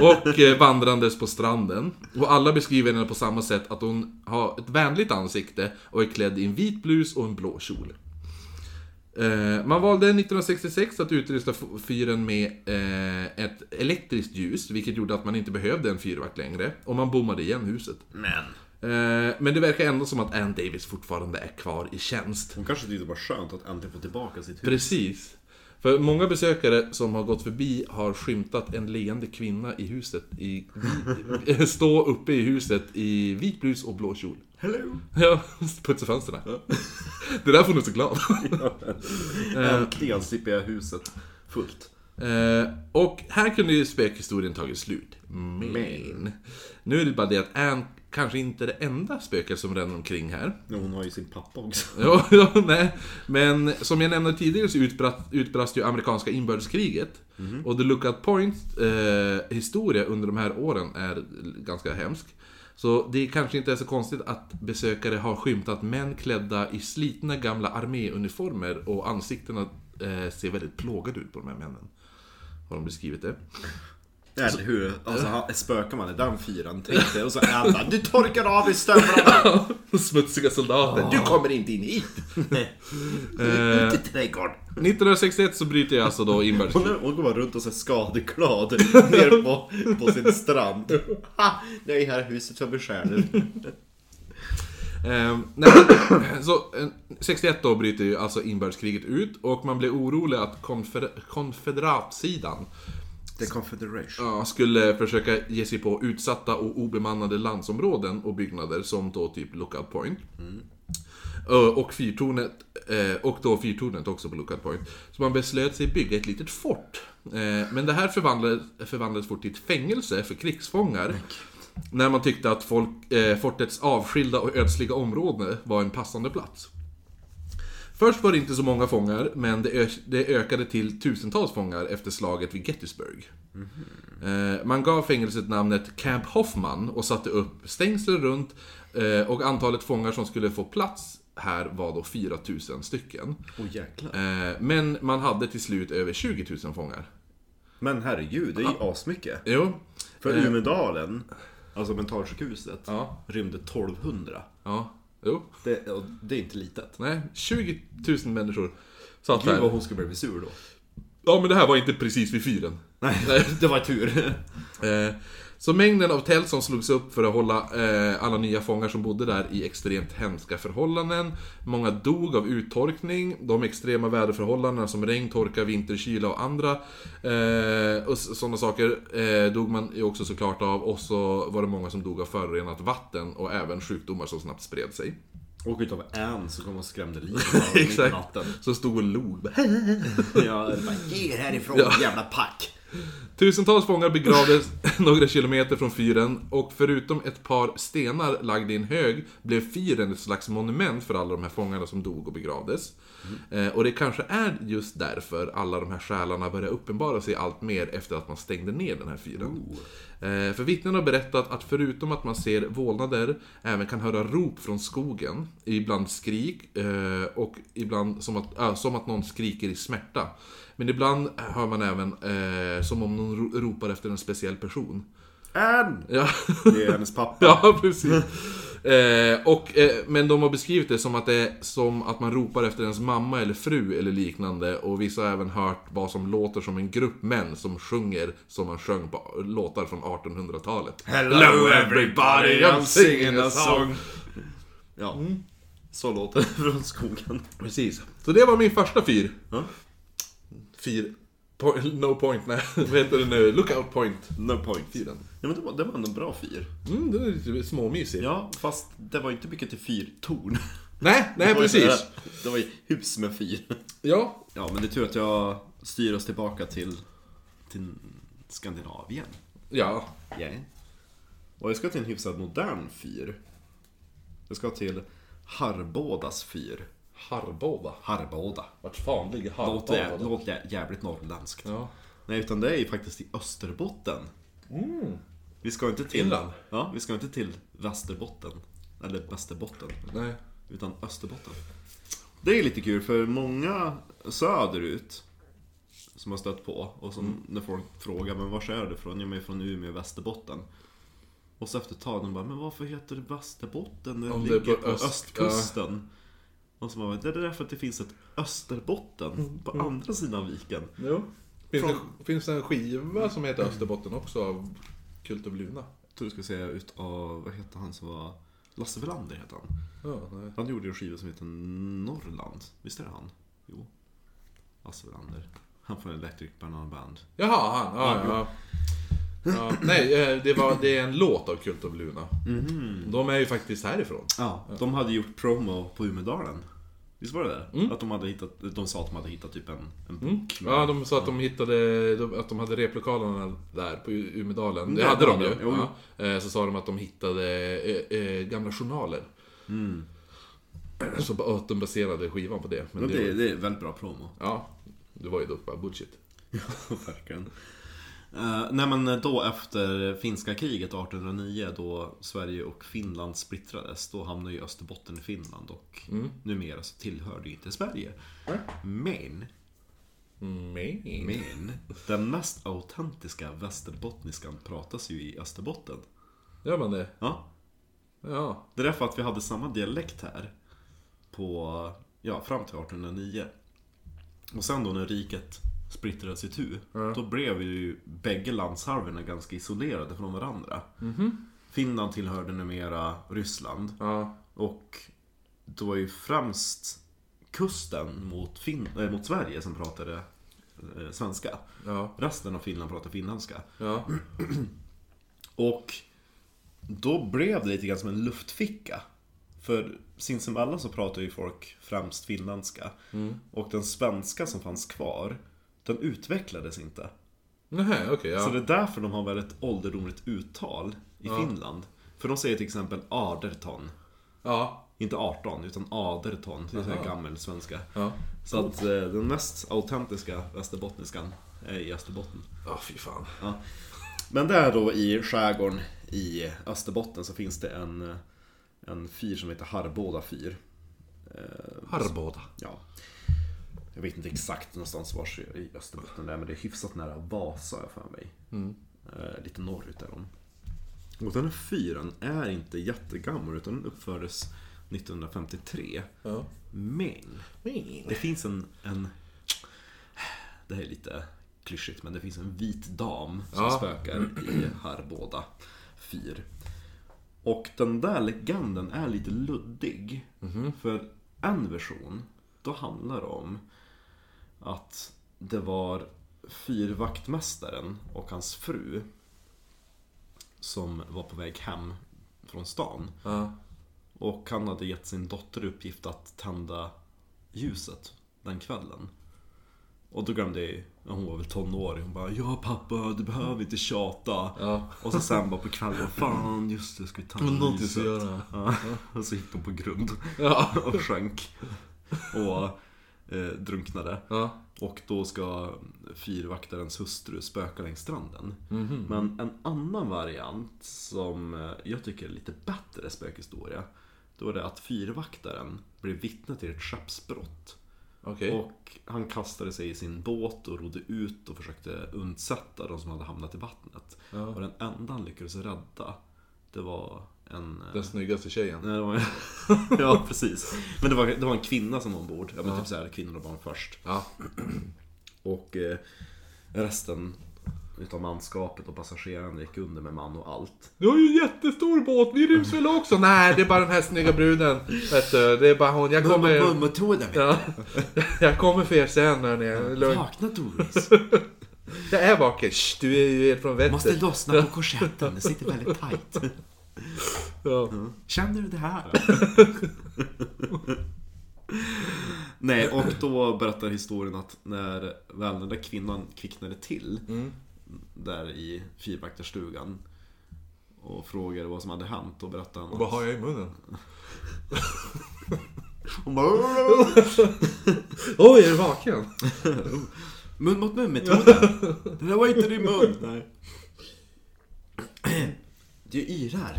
B: Och eh, vandrandes på stranden. Och alla beskriver henne på samma sätt att hon har ett vänligt ansikte och är klädd i en vit blus och en blå kjol. Eh, Man valde 1966 att utrusta f- fyren med eh, ett elektriskt ljus, vilket gjorde att man inte behövde en fyrvakt längre. Och man bommade igen huset.
A: Men.
B: Eh, Men det verkar ändå som att Ann Davis fortfarande är kvar i tjänst.
A: Hon kanske tyckte det var skönt att äntligen få tillbaka sitt hus.
B: Precis. För många besökare som har gått förbi har skymtat en leende kvinna i huset. I, [laughs] stå uppe i huset i vit blus och blå kjol.
A: Hello!
B: Ja, [laughs] putsa fönstren. Det där får du så glad.
A: Äntligen slipper jag huset fullt.
B: Eh, och här kunde ju spökhistorien tagit slut. Men. Nu är det bara det att Ann kanske inte det enda spöket som ränner omkring här.
A: Ja, Hon har ju sin pappa också.
B: Ja, ja, nej. Men som jag nämnde tidigare så utbrast, utbrast ju amerikanska inbördeskriget. Och The Lookout Point eh, historia under de här åren är ganska hemsk. Så det kanske inte är så konstigt att besökare har skymtat män klädda i slitna gamla arméuniformer och ansiktena eh, ser väldigt plågade ut på de här männen. Har de beskrivit det. [laughs]
A: Eller hur? Och så han- spökar man i den fyran tänkte och så är han bara, Du torkar av i stövlarna!
B: Smutsiga soldater. Du kommer inte in hit!
A: [laughs] Ut i trädgården!
B: 1961 så bryter jag alltså då inbördeskriget.
A: Hon, hon går bara runt och ser [laughs] skadeglad ner på, på sin strand. Ha! Det är här huset som beskärde.
B: Ehm, nej, men, [clears throat] så, eh, 61 då bryter ju alltså inbördeskriget ut och man blev orolig att konfer- konfederatsidan
A: The Confederation.
B: ja, skulle försöka ge sig på utsatta och obemannade landsområden och byggnader som då typ Lookout Point. Ö, Och fyrtornet, eh, och då fyrtornet också på Lookout Point. Så man beslöt sig bygga ett litet fort. Eh, Men det här förvandlades, förvandlades fort till ett fängelse för krigsfångar. När man tyckte att folk, eh, fortets avskilda och ödsliga område var en passande plats. Först var det inte så många fångar, men det, ö- det ökade till tusentals fångar efter slaget vid Gettysburg. Eh, Man gav fängelset namnet Camp Hoffman och satte upp stängsel runt eh, och antalet fångar som skulle få plats här var då 4000 stycken.
A: Åh jäklar.
B: Eh, Men man hade till slut över 20 000 fångar.
A: Men herregud, det är ju asmycket.
B: Jo.
A: För Umedalen, alltså mentalsjukhuset,
B: Ja.
A: rymde 1200.
B: Ja. Jo.
A: Det, och det är inte litet.
B: Nej, 20 000 människor satt
A: Gud vad
B: här.
A: hon skulle bli sur då.
B: Ja, men det här var inte precis vid fyren.
A: [laughs] Nej, det var [laughs] tur.
B: Eh, Så mängden av tält som slogs upp för att hålla eh, alla nya fångar som bodde där i extremt hemska förhållanden. Många dog av uttorkning, de extrema väderförhållandena som regn, torka, vinterkyla och andra eh, och s- sådana saker eh, dog man ju också såklart av. Och så var det många som dog av förorenat vatten och även sjukdomar som snabbt spred sig.
A: Och utav en så kom och skrämde [laughs] livet av mitt i
B: Exakt.
A: natten.
B: Så stod och log. [laughs]
A: Ja, det bara, ge er härifrån jävla pack!
B: Tusentals fångar begravdes [laughs] några kilometer från fyren och förutom ett par stenar lagda i en hög blev fyren ett slags monument för alla de här fångarna som dog och begravdes. Eh, och det kanske är just därför alla de här själarna börjar uppenbara sig allt mer efter att man stängde ner den här fyren. Eh, för vittnen har berättat att förutom att man ser vålnader även kan höra rop från skogen, ibland skrik eh, och ibland som att, äh, som att någon skriker i smärta. Men ibland hör man även eh, som om någon ro- ropar efter en speciell person. [laughs]
A: Ann!
B: Ja,
A: [laughs] Det är hennes pappa.
B: ja precis. Eh, och, eh, men de har beskrivit det som att det är som att man ropar efter ens mamma eller fru eller liknande och vissa har även hört vad som låter som en grupp män som sjunger som man sjöng på låtar från 1800-talet.
A: Hello everybody, I'm singing a song. Ja. Så låter det från skogen.
B: Precis. Så det var min första fyr.
A: Ja.
B: Fyr... Po- no point, nej. [laughs] Vad heter det nu? Lookout point.
A: No point.
B: Fyren.
A: Ja, men det, var, det var ändå en bra fyr.
B: Mm, den är lite småmysig.
A: Ja, fast det var inte mycket till [laughs] fyrtorn.
B: Nej,
A: Det
B: nej
A: var ju
B: precis.
A: sådär- Det var ju hus med fyr.
B: Ja,
A: Ja, men det är tur att jag styr oss tillbaka till, till Skandinavien.
B: ja.
A: Yeah. Och jag ska till en hyfsat modern fyr. Jag ska till Harbodas fyr.
B: Harboda.
A: Harboda.
B: Vart fan ligger
A: Låter,
B: Harboda?
A: jä- låter jä- jävligt norrländskt.
B: Ja.
A: Nej, utan det är ju faktiskt i Österbotten.
B: Mm.
A: Vi ska inte till...
B: Finland.
A: Ja, vi ska inte till Västerbotten. Eller Västerbotten.
B: Nej.
A: Utan Österbotten. Det är lite kul för många söderut som har stött på och som
B: Mm.
A: när folk frågar men var är du ifrån? Ja, men jag är från Umeå, Västerbotten. Och så efter ett tag de bara, men varför heter det Västerbotten när det
B: Om det är
A: ligger
B: på
A: på,
B: öst-
A: östkusten? Och så bara, det är därför att det finns ett
B: Mm,
A: Österbotten på andra sidan viken.
B: Jo. Finns,
A: Från-
B: det, finns det en skiva som heter Österbotten också av Kult of Luna?
A: Jag tror du ska säga utav, vad heter han som var, Lasse Welander heter han.
B: Ja, nej.
A: Han gjorde ju en skiva som heter Norrland. Visst är det han? Jo. Lasse Welander. Han från Electric Banana Band.
B: Jaha, han. Ja, ja. Ja, nej, eh, det, var, det är en låt av Kult of Luna. De är ju faktiskt härifrån.
A: Ja, de hade gjort promo på Umedalen. Visst var det det? Att de, hade hittat, de sa att de hade hittat typ en, en bok. med-
B: Mm. Ja, de sa att de hittade, de- att de hade replokalerna där på U- Umedalen. Det
A: Det
B: hade de
A: hade
B: ju.
A: de, jo.
B: Ja. Eh, Så sa de att de hittade eh, eh, gamla journaler.
A: Mm.
B: Så ba- och att de baserade skivan på det. Men
A: Men
B: det,
A: det, det är väldigt bra promo. [laughs]
B: ja, det var ju dock bara bullshit.
A: Verkligen. Eh, nej men då efter finska kriget 1809 då Sverige och Finland splittrades då hamnade ju Österbotten i Finland och numera så tillhör det ju inte Sverige. Men,
B: Men.
A: men, den mest autentiska västerbottniskan pratas ju i Österbotten.
B: Gör man det?
A: Ja,
B: Ja.
A: det är därför att vi hade samma dialekt här på, ja, fram till 1809. Och sen då när riket splittrades itu, då blev ju bägge landshalvorna ganska isolerade från varandra. Finland tillhörde numera Ryssland
B: Ja.
A: och det var ju främst kusten mot, fin- äh, mot Sverige som pratade eh, svenska.
B: Ja.
A: Resten av Finland pratade finländska.
B: Ja.
A: Och då blev det lite grann som en luftficka. För sinsemellan så pratar ju folk främst finländska. Och den svenska som fanns kvar, den utvecklades inte.
B: Nähä, okej. ja.
A: Så det är därför de har väldigt ålderdomligt uttal i Finland. För de säger till exempel aderton.
B: ja.
A: Inte 18, utan aderton. Det är så här gammel svenska.
B: Ja.
A: Så att eh, den mest autentiska västerbottniskan är i Österbotten.
B: Ja, fy fan.
A: Men där då i skärgården i Österbotten så finns det en, en fyr som heter Harboda fyr.
B: Arboda.
A: Ja. Jag vet inte exakt någonstans vars i Österbotten det är, men det är hyfsat nära Vasa har jag för mig. Eh, lite norrut därom. Och den här fyren är inte jättegammal utan den uppfördes 1953.
B: Ja.
A: Men det finns en, en... Det här är lite klyschigt men det finns en vit dam som
B: Ja.
A: spökar i Harboda fyr. Och den där legenden är lite luddig. För en version, då handlar det om att det var fyrvaktmästaren och hans fru som var på väg hem från stan.
B: Ja.
A: Och han hade gett sin dotter i uppgift att tända ljuset den kvällen. Och då glömde jag, ja, hon var väl tonåring, hon bara Ja pappa, du behöver inte tjata.
B: Ja. [laughs]
A: Och så sen bara på kvällen, fan just det, ska vi tända
B: Men någonting
A: ljuset?
B: att göra.
A: Ja. Och så gick de på grund
B: Ja.
A: [laughs] och sjönk. Och eh, drunknade.
B: Ja.
A: Och då ska fyrvaktarens hustru spöka längs stranden.
B: Mhm.
A: Men en annan variant som eh, jag tycker är lite bättre spökhistoria. Då är det att fyrvaktaren blev vittne till ett skeppsbrott.
B: Okej.
A: Och han kastade sig i sin båt och rodde ut och försökte undsätta de som hade hamnat i vattnet.
B: Ja.
A: Och den enda han lyckades rädda, det var en... eh,
B: Den snyggaste tjejen.
A: Nej, det var... [laughs] ja, precis. Men det var, det var en kvinna som var ombord. Ja, men typ så här, kvinnor och barn först.
B: Ja.
A: Och eh, resten utav manskapet och passagerarna gick under med man och allt.
B: Du har ju en jättestor båt, vi ryms väl också? Nej, det är bara den här snygga bruden. Vet du, det är bara hon. Jag kommer...
A: Mummotoden,
B: Ja, jag kommer för er sen när ni är lugn.
A: vakna Doris.
B: Jag är vaken. Shh, du är ju helt från [laughs] vettet.
A: lossna på korsetten, den sitter väldigt tajt.
B: Ja.
A: Känner du det här? [laughs] Nej, och då berättar historien att när väl den där kvinnan kvicknade till där i fyrvaktarstugan och frågade vad som hade hänt, då berättade han
B: Vad har jag i munnen?
A: Hon bara...
B: Oj, är du vaken?
A: Mun mot mun-metoden. [laughs] Det där var inte din mun. Nej. Du yrar.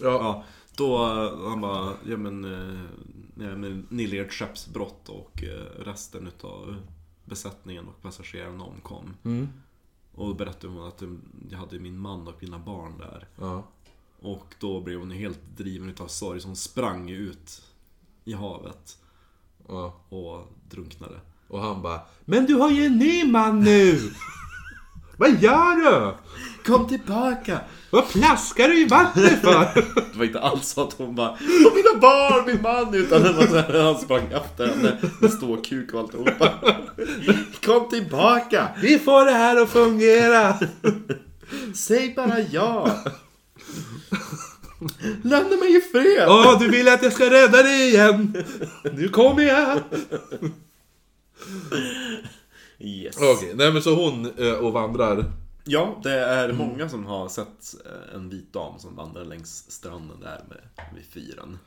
B: Ja.
A: Ja, då eh, han bara, ja men, eh, nej, men ni led ett skeppsbrott och eh, resten utav besättningen och passagerarna omkom.
B: Mm.
A: Och då berättade hon att eh, jag hade min man och mina barn där.
B: Ja.
A: Och då blev hon ju helt driven utav sorg så hon sprang ut i havet
B: ja.
A: och drunknade.
B: Och han bara Men du har ju en ny man nu! [laughs] Vad gör du?
A: Kom tillbaka!
B: Vad plaskar du i vattnet för?
A: Det var inte alls så att hon bara "Och mina barn, min man! Utan det var så här, han sprang efter henne med ståkuk och alltihopa. Kom tillbaka!
B: [laughs] Vi får det här att fungera!
A: Säg bara ja! Lämna mig i fred!
B: Åh, du vill att jag ska rädda dig igen! Nu kommer jag!
A: Yes.
B: Okej, nej men så hon eh, och vandrar.
A: Ja, det är många som har sett eh, en vit dam som vandrar längs stranden där med, vid fyren.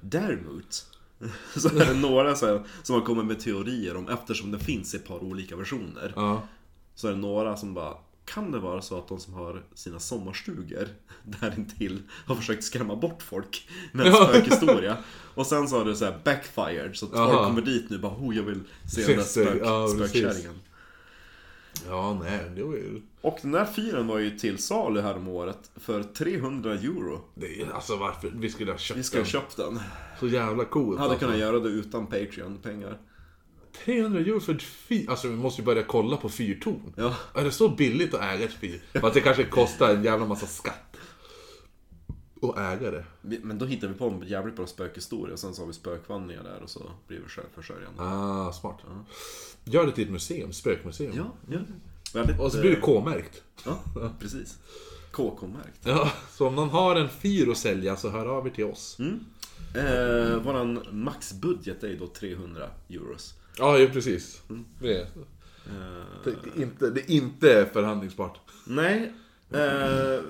A: Däremot [laughs] så är det några så här, som har kommit med teorier om, eftersom det finns ett par olika versioner,
B: Ja.
A: så är det några som bara kan det vara så att de som har sina sommarstugor [laughs] därintill har försökt skrämma bort folk med en
B: Ja.
A: spökhistoria? Och sen så har det så här backfired, så att folk
B: Aha.
A: kommer dit nu bara oh, jag vill se
B: Se
A: den där
B: sig,
A: spök,
B: ja, precis.
A: spökkärringen.
B: ja, nej, det var ju...
A: Och den där fyren var ju till salu här om året för 300 euro.
B: Det är, alltså varför? Vi skulle ha köpt
A: Vi ska ha
B: den.
A: köpt den.
B: Så jävla coolt.
A: Hade
B: alltså.
A: kunnat göra det utan Patreon-pengar.
B: 300 euro för ett fyr... Alltså vi måste ju börja kolla på fyrtorn.
A: Ja.
B: Är det så billigt att äga ett fyr? Fast det kanske kostar en jävla massa skatt. Och äga det.
A: Vi- Men då hittade vi på en jävligt bra spökhistoria, sen så har vi spökvandringar där och så blir vi självförsörjande.
B: Ah, smart. Gör det till ett museum, spökmuseum.
A: Ja, ja. Väldigt,
B: Och så blir det
A: eh,
B: K-märkt.
A: Ja, precis. KK-märkt.
B: Ja, så om någon har en fyr att sälja så hör av er till oss.
A: Eh, våran maxbudget är ju då 300 euros. Eh,
B: Ja, ju precis. Det, det, är inte, det är inte förhandlingsbart.
A: Nej. Eh,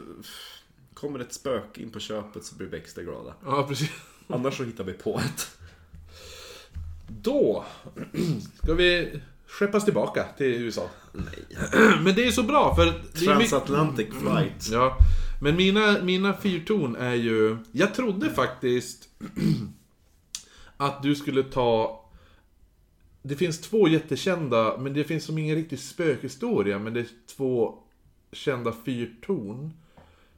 A: kommer ett spöke in på köpet så blir vi extra glada.
B: Ja, precis.
A: Annars så hittar vi på ett.
B: Då ska vi skeppas tillbaka till USA.
A: Nej.
B: Men det är så bra för... Det är mycket,
A: Transatlantic flight.
B: ja, men mina, mina fyrtorn är ju... Jag trodde faktiskt [clears throat] att du skulle ta... Det finns två jättekända, men det finns som ingen riktig spökhistoria, men det är två kända fyrtorn.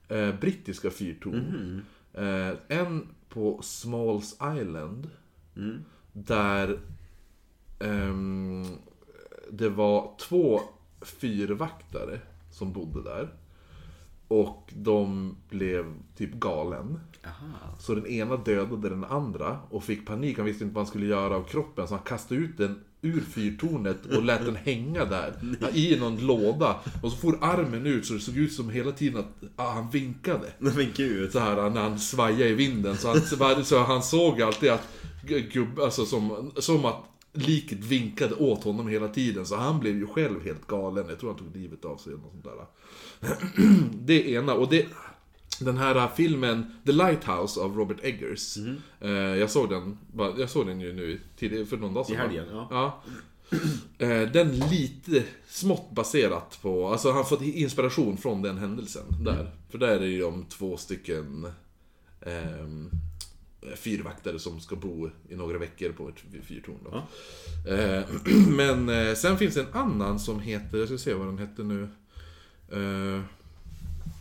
B: Eh, brittiska
A: Mm. Mhm,
B: fyrtorn. Eh, en på Smalls Island.
A: mm.
B: Där ehm, det var två fyrvaktare som bodde där. Och de blev typ galen.
A: Aha.
B: Så den ena dödade den andra och fick panik. Han visste inte vad han skulle göra av kroppen så han kastade ut den ur fyrtornet och lät den hänga där i någon låda. Och så for armen ut så det såg ut som hela tiden att ah, han vinkade
A: Nej men gud.
B: så här när han svajade i vinden. Så han, så han såg alltid att gubb, alltså som, som att liket vinkade åt honom hela tiden. Så han blev ju själv helt galen. Jag tror han tog livet av sig eller något sånt där. [clears throat] Det ena, och det... Den här filmen The Lighthouse av Robert Eggers.
A: Mm.
B: Eh, jag såg den, bara- jag såg den ju nu tidigare, för någon dag sedan.
A: I
B: va?
A: helgen, ja.
B: Eh, Den lite smått baserat på, alltså han har fått inspiration från den händelsen där. För där är det ju om två stycken ehm, fyrvaktare som ska bo i några veckor på ett fyrtorn. Då. Eh, [clears throat] men eh, sen finns det en annan som heter, jag ska se vad den hette nu. Eh,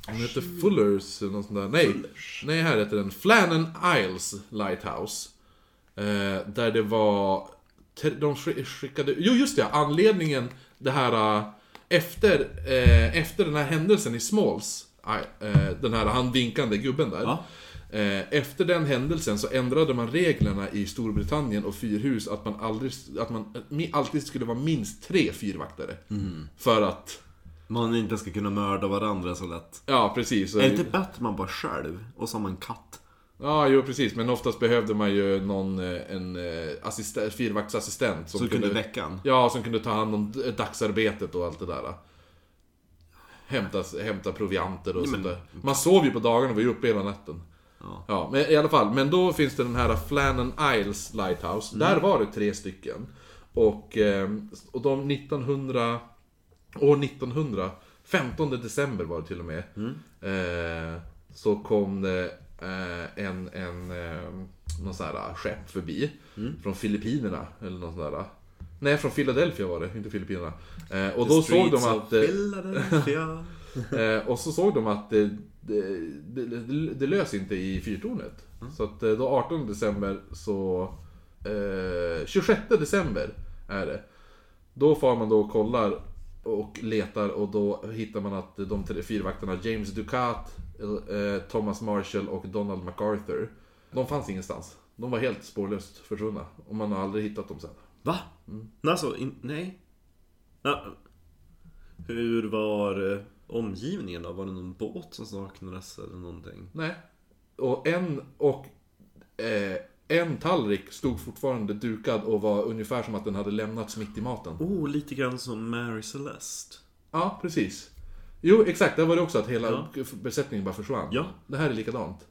B: den heter Fullers eller något sånt där. Nej, nej, här heter den Flannan Isles Lighthouse. Eh, där det var... tre- De sk- skickade... Jo, just det! Anledningen, det här... eh, Efter, eh, efter den här händelsen i Smalls, eh, eh, den här han vinkande gubben där.
A: Ja.
B: Eh, Efter den händelsen så ändrade man reglerna i Storbritannien och fyrhus att man, aldrig, att man mi- alltid skulle vara minst tre fyrvaktare.
A: Mm.
B: För att...
A: Man inte ska kunna mörda varandra så lätt.
B: Ja, precis.
A: Är det inte bättre att man bara själv och så har man katt?
B: Ja, jo precis. Men oftast behövde man ju någon, eh, en eh, assistent, fyrvaktsassistent som
A: Så kunde veckan.
B: Ja, som kunde ta hand om d- dagsarbetet och allt det där. Hämta, hämta provianter och sånt där. Man sov ju på dagarna och var ju uppe hela natten.
A: Ja.
B: men i alla fall. Men då finns det den här Flannan Isles Lighthouse. Där var det tre stycken. Och, eh, och de 1900... År 1900, 15 december var det till och med. Eh, så kom det eh, en, en eh, någon sån här skepp förbi. Från Filippinerna eller något sånt där. Nej, från Philadelphia var det, inte Filippinerna. Eh, och då såg de att... eh,
A: Philadelphia.
B: Eh, och så såg de att det, det, det, det, det lös inte i fyrtornet. Så att eh, då 18 december så... Eh, 26 december är det. Då far man då och kollar och letar och då hittar man att de tre fyrvakterna James Ducat, eh, Thomas Marshall och Donald MacArthur. De fanns ingenstans. De var helt spårlöst försvunna. Och man har aldrig hittat dem sen.
A: Va? Nej, Alltså, in, nej. Ja. Hur var eh, omgivningen då? Var det någon båt som saknades eller någonting?
B: Nej. Och en och eh, en tallrik stod fortfarande dukad och var ungefär som att den hade lämnats mitt i maten.
A: Oh, lite grann som Mary Celeste.
B: Ja, precis. Jo, exakt. Där var det också att hela besättningen bara försvann.
A: Ja.
B: Det här är likadant.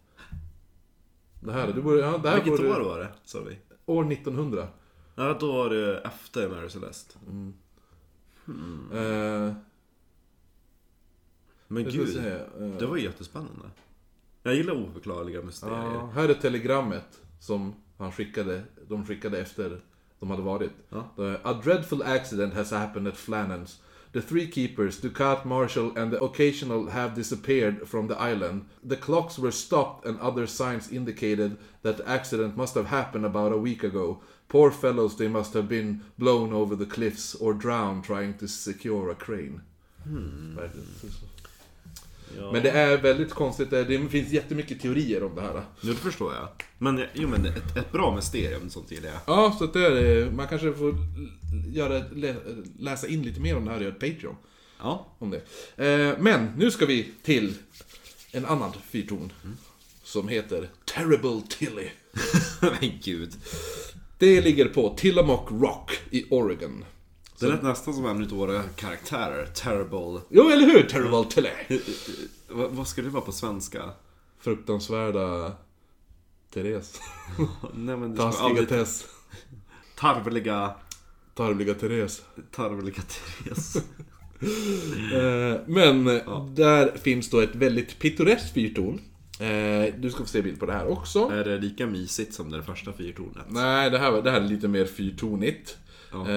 B: Det här, du borde, ja, det här
A: Vilket
B: borde,
A: år var det, sa vi?
B: År 1900.
A: Ja, då var det efter Mary Celeste. Mm.
B: Eh,
A: Men
B: jag ska
A: gud,
B: säga, eh,
A: det var ju jättespännande. Jag gillar oförklarliga
B: ja,
A: mysterier.
B: Eh, här är telegrammet som han skickade, de skickade efter de hade varit.
A: Ja.
B: The- A dreadful accident has happened at Flannans. The three keepers, Ducat, Marshall and the occasional have disappeared from the island. The clocks were stopped and other signs indicated that the accident must have happened about a week ago. Poor fellows, they must have been blown over the cliffs or drowned trying to secure a crane. Verkligen.
A: Hmm. Ja.
B: Men det är väldigt konstigt, det det finns jättemycket teorier om det här.
A: Jo, det förstår jag. Men, jo, men ett, ett bra mysterium, sånt gillar jag.
B: Ja, så att det är, man kanske får göra, ett- lä- läsa in lite mer om det här och göra ett Patreon
A: Ja.
B: om det. Eh, Men nu ska vi till en annan fyrton som heter Terrible Tilly.
A: [laughs] Men gud.
B: Det ligger på Tillamook Rock i Oregon.
A: Det lät nästan som en utav våra karaktärer. Terrible.
B: Jo, eller hur? Terrible Tilly!
A: Va, vad ska det vara på svenska?
B: Fruktansvärda Therese.
A: Nej, men det ska
B: Taskiga
A: aldrig...
B: Tess.
A: Tarvliga...
B: Tarvliga Therese.
A: Tarvliga Therese. [laughs]
B: Eh, Men eh, där finns då ett väldigt pittoreskt fyrtorn. Eh, Du ska få se bild på det här också.
A: är det lika mysigt som det första fyrtornet?
B: Nej, det här, var- det här är lite mer fyrtornigt.
A: Ja.
B: Eh,
A: Det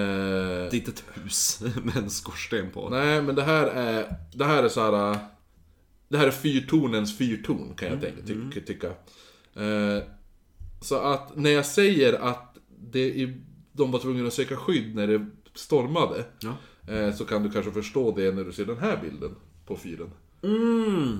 A: är inte ett hus [laughs] med en skorsten på.
B: Nej, men det här är, det här är så här. eh, Det här är fyrtornens fyrtorn
A: Mm.
B: kan jag tänka, ty, tycka. Eh, så att när jag säger att det i, de var tvungna att söka skydd när det stormade.
A: Ja.
B: eh, Så kan du kanske förstå det när du ser den här bilden på fyren.
A: Mm.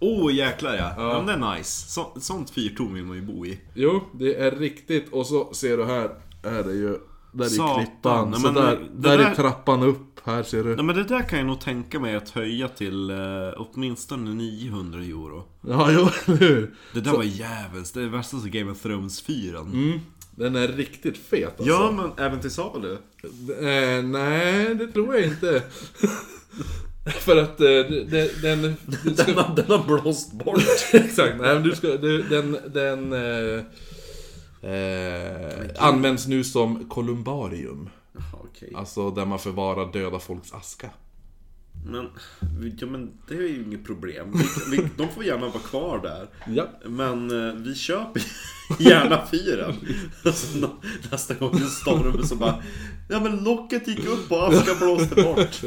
A: Oh jäklar ja. ja. men det är nice. Så, sånt fyrtorn vill man ju bo i.
B: Jo, det är riktigt. Och så ser du här, här är ju... Där är
A: Satan,
B: klippan.
A: nej,
B: Så
A: men
B: där,
A: det
B: där är
A: där-
B: trappan upp. Här ser du.
A: Nej men det där kan jag nog tänka mig att höja till eh, åtminstone 900 euro.
B: Ja, jo, eller hur?
A: Det där var jävligt. Det är värsta som Game of Thrones-fyren.
B: Mm. Den är riktigt fet alltså.
A: Ja men även till salu.
B: Eh, nej, det tror jag inte. [laughs] För att eh, det- det- den... Du ska,
A: har, den har blåst bort.
B: [laughs] exakt, nej men du ska... Du, den... den eh, eh, används nu som kolumbarium.
A: Okej.
B: Alltså där man förvarar döda folks aska.
A: Men, ja, men det är ju inget problem. Vi, vi, de får gärna vara kvar där.
B: Ja.
A: Men eh, vi köper [laughs] gärna fyren. Alltså, nå- nästa gång det stormar så bara... Ja men locket gick upp och aska blåste bort.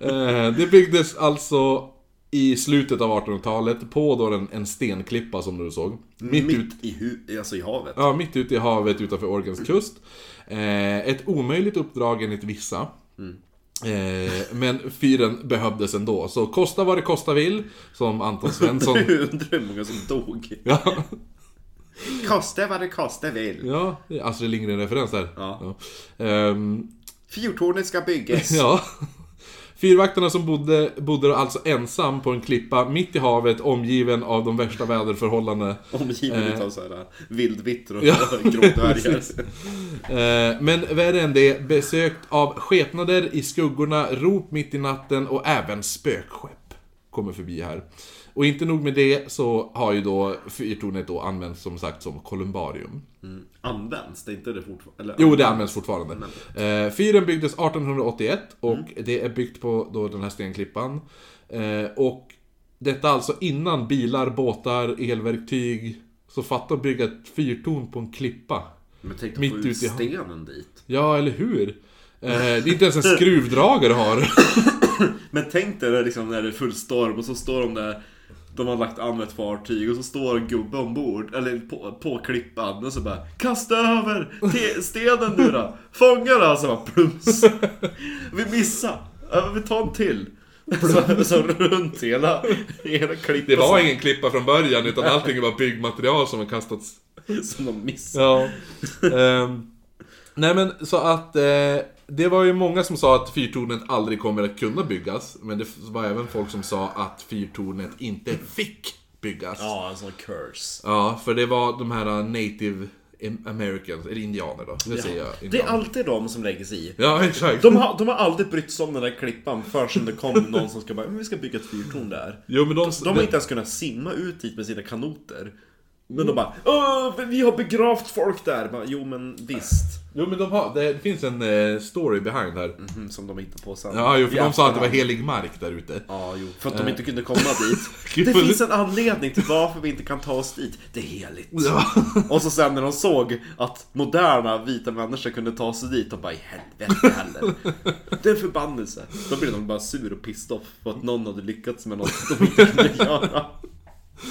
B: Eh, Det byggdes alltså i slutet av 1800-talet på då en, en stenklippa som du såg. [laughs] Mitt, Ut,
A: Mitt i, hu- alltså, i havet.
B: ja, mitt ute i havet utanför Oregons kust. Eh, Ett omöjligt uppdrag enligt vissa. Eh, Men fyren behövdes ändå, så kosta vad det kosta vill, som Anton
A: [laughs]
B: Svensson...
A: [laughs] Jag undrar hur många som dog.
B: ja,
A: Kosta vad det kosta vill.
B: ja, Astrid Lindgren-referens där.
A: Ja.
B: Ja. Ehm,
A: Fjortornet ska byggas.
B: [laughs] Ja. Fyrvakterna som bodde, bodde alltså ensam på en klippa mitt i havet omgiven av de värsta väderförhållanden.
A: Omgiven utav såhär eh, vildvittror och
B: Eh. Ja, [laughs]
A: grådvärgar.
B: precis. Eh, Men värre än det, besökt av skepnader i skuggorna, rop mitt i natten och även spökskepp kommer förbi här. Och inte nog med det så har ju då fyrtornet då använts som sagt som kolumbarium.
A: Används det inte det fortfarande? Eller-
B: Jo, det används fortfarande. Eh, fyren byggdes 1881 och det är byggt på då den här stenklippan. Eh, och detta alltså innan bilar, båtar, elverktyg. Så fatta att bygga ett fyrtorn på en klippa.
A: Men tänk
B: Mitt
A: att få
B: ute i
A: ut stenen dit.
B: Ja, eller hur? Eh, det är inte ens en skruvdragare har.
A: Men tänk dig det liksom när det är full storm och så står de där de har lagt an ett fartyg och så står en gubbe ombord, eller på, på klippan och så bara Kasta över te- stenen nu då! Fånga den! Så bara [laughs] plums! Vi missar! Ja, Vi tar en till! [laughs] Så, så runt hela, hela klippan
B: Det var ingen klippa från början utan allting var byggmaterial som har kastats
A: som, som de missar.
B: Ja. Ehm, nej men så att eh, det var ju många som sa att fyrtornet aldrig kommer att kunna byggas. Men det var även folk som sa att fyrtornet inte fick byggas.
A: Ja, en sån curse.
B: Ja, för det var de här eh, native Im- americans, eller indianer då. Det säger jag.
A: Det är
B: Indianer.
A: alltid de som lägger sig i.
B: Ja, [laughs] exakt.
A: De har, de har aldrig brytt sig om den där klippan förrän det [laughs] kom någon som ska bara, men vi ska bygga ett fyrtorn där.
B: Jo, men de...
A: De har inte ens kunnat simma ut dit med sina kanoter. Men de bara Åh, vi har begravt folk där! Bara, jo men visst.
B: Jo, men de har... Det finns en eh, story behind här.
A: Mm, som de hittar på sen.
B: Ja, jo, för
A: I
B: de sa att det var
A: efterhand.
B: helig mark där ute.
A: Ja, jo. För att de inte kunde komma dit.
B: [laughs] Gud,
A: Det
B: vad
A: finns en anledning till varför vi inte kan ta oss dit. Det är heligt.
B: Ja.
A: [laughs] Och så sen när de såg att moderna vita människor kunde ta sig dit, de bara i helvete heller. [laughs] Det är en förbannelse. Då blev de bara sur och pissed off för att någon hade lyckats med något de inte kunde göra. Ja,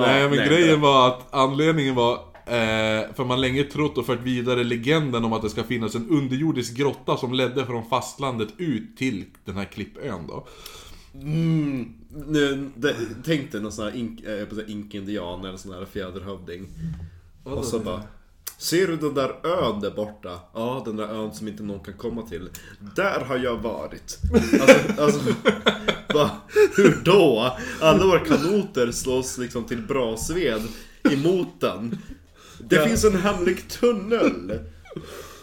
B: nej, men
A: nej,
B: grejen
A: det-
B: var att anledningen var eh, för man länge trott och fört vidare legenden om att det ska finnas en underjordisk grotta som ledde från fastlandet ut till den här klippön då.
A: Mm, nu, det, tänk dig någon sån här ink, eh, på så här ink-indian eller sån här fjäderhövding. Och så bara... Ser du den där ön där borta? Ja, den där ön som inte någon kan komma till. Där har jag varit. Alltså, alltså [laughs] va? hur då? Alla våra kanoter slås liksom till brasved emot den. Det finns en hemlig tunnel.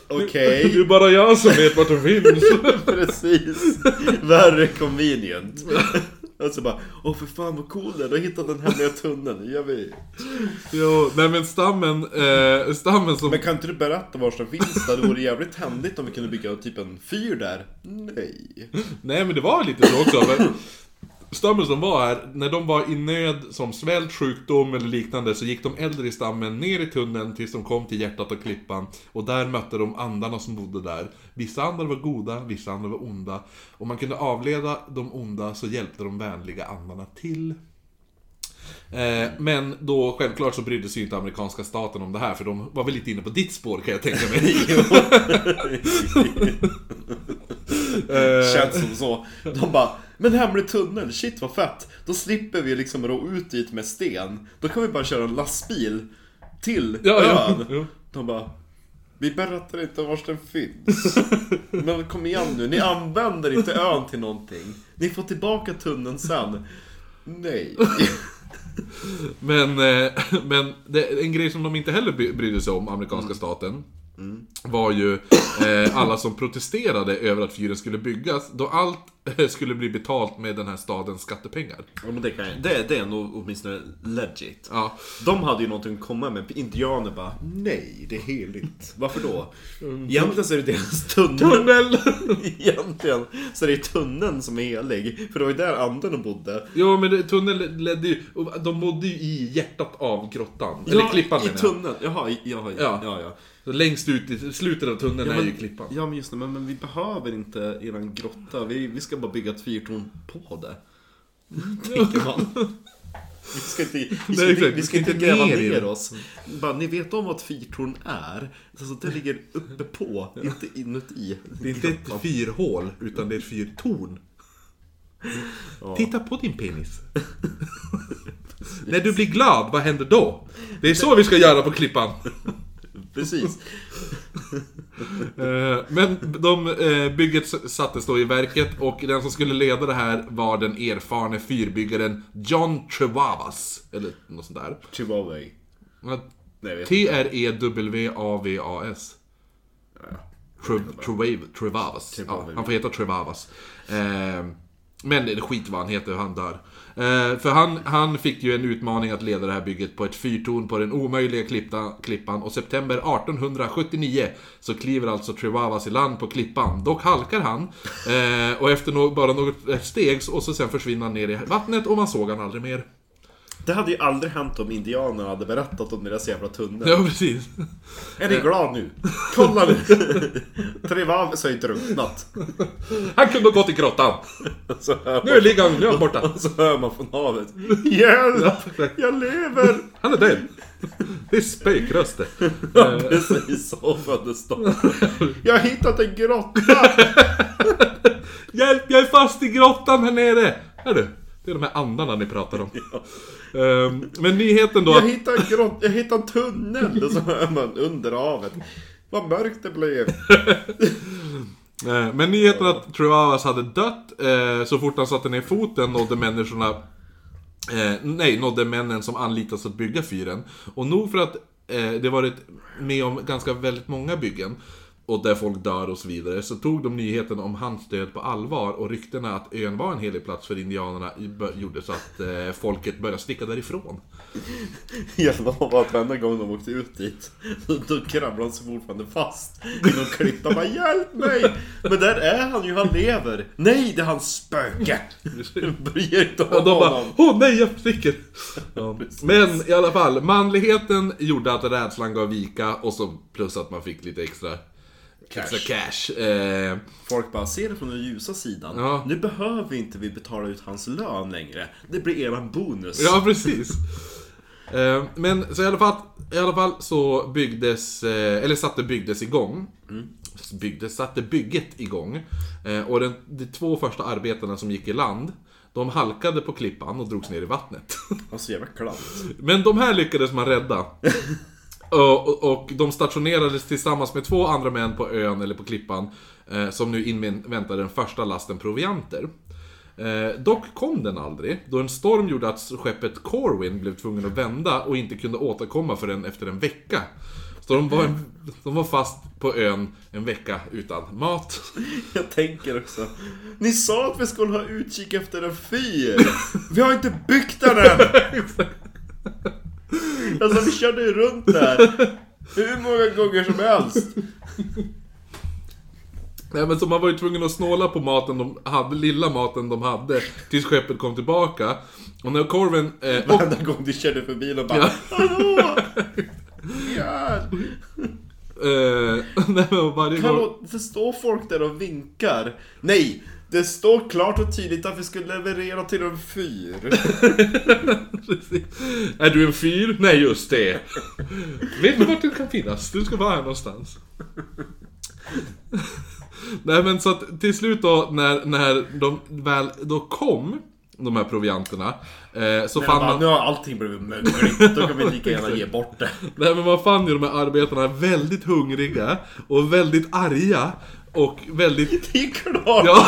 A: Okej.
B: Det är bara jag som vet vart den finns. [laughs]
A: [laughs] Precis. Very convenient. Och så bara, åh för fan vad cool det är, du har hittat den hemliga tunneln, nu gör vi.
B: jo, nej men stammen, eh, stammen som...
A: Men kan inte du berätta var som finns där? Det vore jävligt händigt om vi kunde bygga typ en fyr där. Nej.
B: Nej men det var lite så också. Men stammen som var här, när de var i nöd som svält, sjukdom eller liknande så gick de äldre i stammen ner i tunneln tills de kom till hjärtat av klippan. Och där mötte de andarna som bodde där. Vissa andar var goda, vissa andar var onda. Om man kunde avleda de onda så hjälpte de vänliga andarna till. Eh, Men då självklart så brydde sig ju inte amerikanska staten om det här för de var väl lite inne på ditt spår kan jag tänka mig.
A: [laughs]
B: Eh,
A: Känns som så. De bara, men hemlig tunnel, shit vad fett. Då slipper vi liksom rå ut dit med sten. Då kan vi bara köra en lastbil till
B: ja, ja,
A: ön.
B: jo.
A: De bara Vi berättar inte var den [laughs] finns Men kom igen nu, ni använder inte ön till någonting Ni får tillbaka tunneln sen Nej
B: Men, eh, [laughs] men det, en grej som de inte heller bry- brydde sig om, amerikanska
A: Mm.
B: staten, var ju eh, alla som protesterade över att fyren skulle byggas, då allt eh, skulle bli betalt med den här stadens skattepengar.
A: ja, men det, kan jag. Det, det är nog åtminstone legit
B: Ja,
A: De hade ju någonting att komma med, indianer bara Nej, det är heligt Varför då? Egentligen så är det deras Mm. tunnel
B: tunnel!
A: [laughs] Egentligen så är det tunneln som är helig För det var ju där anden bodde
B: jo men det, tunnel ledde ju, och de bodde ju i hjärtat av grottan, eller
A: Ja,
B: klippan
A: I
B: menar jag.
A: tunneln, jaha, i- jaha
B: Ja.
A: ja, ja, ja.
B: Så längst ut i slutet av tunneln är ju klippan.
A: Ja men just det, men, men vi behöver inte eran grotta. Vi, vi ska bara bygga ett fyrtorn på det. [laughs] Tänker man. Vi ska inte, vi ska,
B: Nej,
A: inte,
B: exakt.
A: vi ska inte gräva ner oss. Bara, ni vet om vad ett fyrtorn är? Alltså det ligger uppe på, inte inuti.
B: Det är inte ett fyrhål, utan det är ett fyrtorn. Titta på din penis. När du blir glad, vad händer då? Det är så vi ska göra på klippan.
A: Precis.
B: Eh, Men de, eh, bygget s- sattes då i verket och den som skulle leda det här var den erfarne fyrbyggaren John Trevavas. Eller något sånt där.
A: Chihuahua. Nej, jag vet
B: E T-R-E-W-A-V-A-S. Tre- Trevave- Trevavas. Ja,
A: Trevave.
B: han får heta Trevavas. Eh, men det är skit vad han heter, han dör. Eh, för han, han fick ju en utmaning att leda det här bygget på ett fyrtorn på den omöjliga klippta, klippan och september 1879 så kliver alltså Trevavas i land på klippan. Dock halkar han eh, och efter nå- bara något steg och så sen försvinner han ner i vattnet och man såg han aldrig mer.
A: Det hade ju aldrig hänt om indianerna hade berättat om deras jävla tunnel.
B: Ja, precis.
A: Är ni glad nu? Kolla nu! [laughs] Trivaves har ju drunknat.
B: Han kunde ha gått i grottan.
A: Så här
B: Nu ligger han långt borta.
A: Och så hör man från havet [laughs] Hjälp! Jag lever!
B: Han är död. Det är spökröster.
A: Ja, precis så föddes de. Jag har hittat en grotta!
B: Hjälp, jag är fast i grottan här nere! Hör du? Det är de här andarna ni pratar om. Ehm, Men nyheten då...
A: Jag hittade en grotta, jag hittade en tunnel! Och så hör man under havet. Vad mörkt det blev!
B: Eh, Men nyheten att Trevavas hade dött eh, så fort han satte ner foten nådde människorna Eh, nej, nådde männen som anlitas att bygga fyren. Och nog för att eh, det varit med om ganska väldigt många byggen och där folk dör och så vidare, så tog de nyheten om hans död på allvar och ryktena att ön var en helig plats för indianerna i- bör- gjorde så att eh, folket började sticka därifrån.
A: Jag lovar att varenda gång de åkte ut dit Då, då kravlade han sig fortfarande fast i någon klippa bara Hjälp mig! Men där är han ju, han lever! Nej, det är hans spöke! Bryr inte
B: Och
A: om
B: de bara
A: honom!
B: Åh nej, jag sticker! Ja. Men i alla fall, manligheten gjorde att rädslan gav vika och så plus att man fick lite extra extra cash. Eh,
A: Folk bara ser det från den ljusa sidan
B: Ja.
A: Nu behöver inte vi betala ut hans lön längre Det blir eran bonus!
B: Ja, precis. Eh, Men så i alla fall, i alla fall så byggdes, eh, eller satte byggdes igång. Byggdes, satte bygget igång. Eh, Och den, de två första arbetarna som gick i land, de halkade på klippan och drogs ner i vattnet.
A: Alltså jävla klant
B: Men de här lyckades man rädda. Och, och- och de stationerades tillsammans med två andra män på ön eller på klippan eh, som nu inväntade den första lasten provianter. Eh, dock kom den aldrig, då en storm gjorde att skeppet Corwin blev tvungen att vända och inte kunde återkomma förrän efter en vecka. Så de var, de var fast på ön en vecka utan mat. [laughs]
A: Jag tänker också Ni sa att vi skulle ha utkik efter en fyr! Vi har inte byggt
B: [laughs]
A: den än! Alltså vi körde ju runt där hur många gånger som helst!
B: Nej men så man var ju tvungen att snåla på maten de hade, lilla maten de hade, tills skeppet kom tillbaka. Och när Corwin... Eh, och,
A: Varenda gång du körde förbi och bara
B: Ja. [laughs]
A: Hallå! Hjälp!
B: Eh, [laughs] nej men varje gång...
A: Hallå, det står folk där och vinkar. Nej! Det står klart och tydligt att vi skulle leverera till en
B: [laughs]
A: fyr.
B: Är du en fyr? Nej just det. Vet du vart du kan finnas? Du ska vara här någonstans. [laughs] nej men så att till slut då när, när de väl då kom, de här provianterna. Eh, så
A: Han
B: fann
A: bara,
B: man...
A: nu har allting blivit möjligt. Då kan vi lika gärna ge bort
B: [laughs]
A: det.
B: Nej men man fann ju de här arbetarna väldigt hungriga och väldigt arga. Och väldigt...
A: Det är klart!
B: Ja.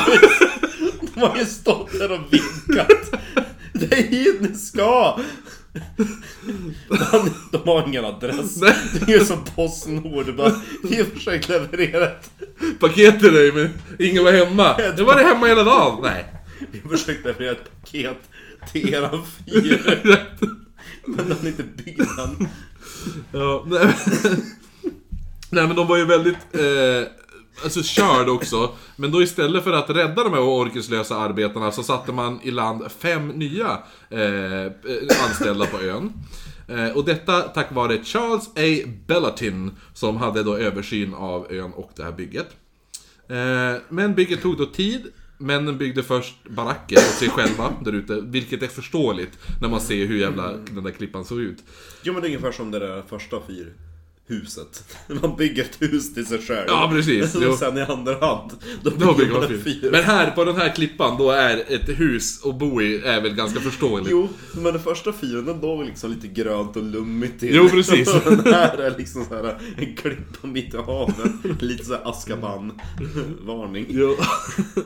B: [laughs]
A: De har ju stått där och vinkat. Det är hit ni ska! De, de har ingen adress.
B: Nej.
A: Det är ju som Postnord. Bara, Vi har försökt leverera ett
B: Paket till dig men ingen var hemma. Nu var det hemma hela dagen. Nej.
A: Vi försökte leverera ett paket till eran fyr. Men den är inte byggd än.
B: Ja, nej, men- [laughs] nej men de var ju väldigt eh, alltså, körd också. Men då istället för att rädda de här orkeslösa arbetarna så satte man i land fem nya eh, eh, anställda på ön. Eh, och detta tack vare Charles A. Bellatin som hade då översyn av ön och det här bygget. Eh, Men bygget tog då tid. Männen byggde först baracker åt sig själva där ute, vilket är förståeligt när man ser hur jävla den där klippan såg ut.
A: Jo men det är ungefär som det där första fyrhuset. [laughs] Man bygger ett hus till sig själv.
B: Ja, precis.
A: [laughs]
B: Jo.
A: Och sen i andra hand, då
B: Då
A: bygger,
B: blir
A: man
B: man
A: en
B: fin.
A: fyr.
B: Men här på den här klippan då är ett hus att bo i är väl ganska förståeligt.
A: Jo, men den första fyren den var väl liksom lite grönt och lummigt till.
B: Jo, precis.
A: [laughs] Och den här är liksom så här en klippa mitt i havet. Lite så här Askaban-varning.
B: Jo. [laughs]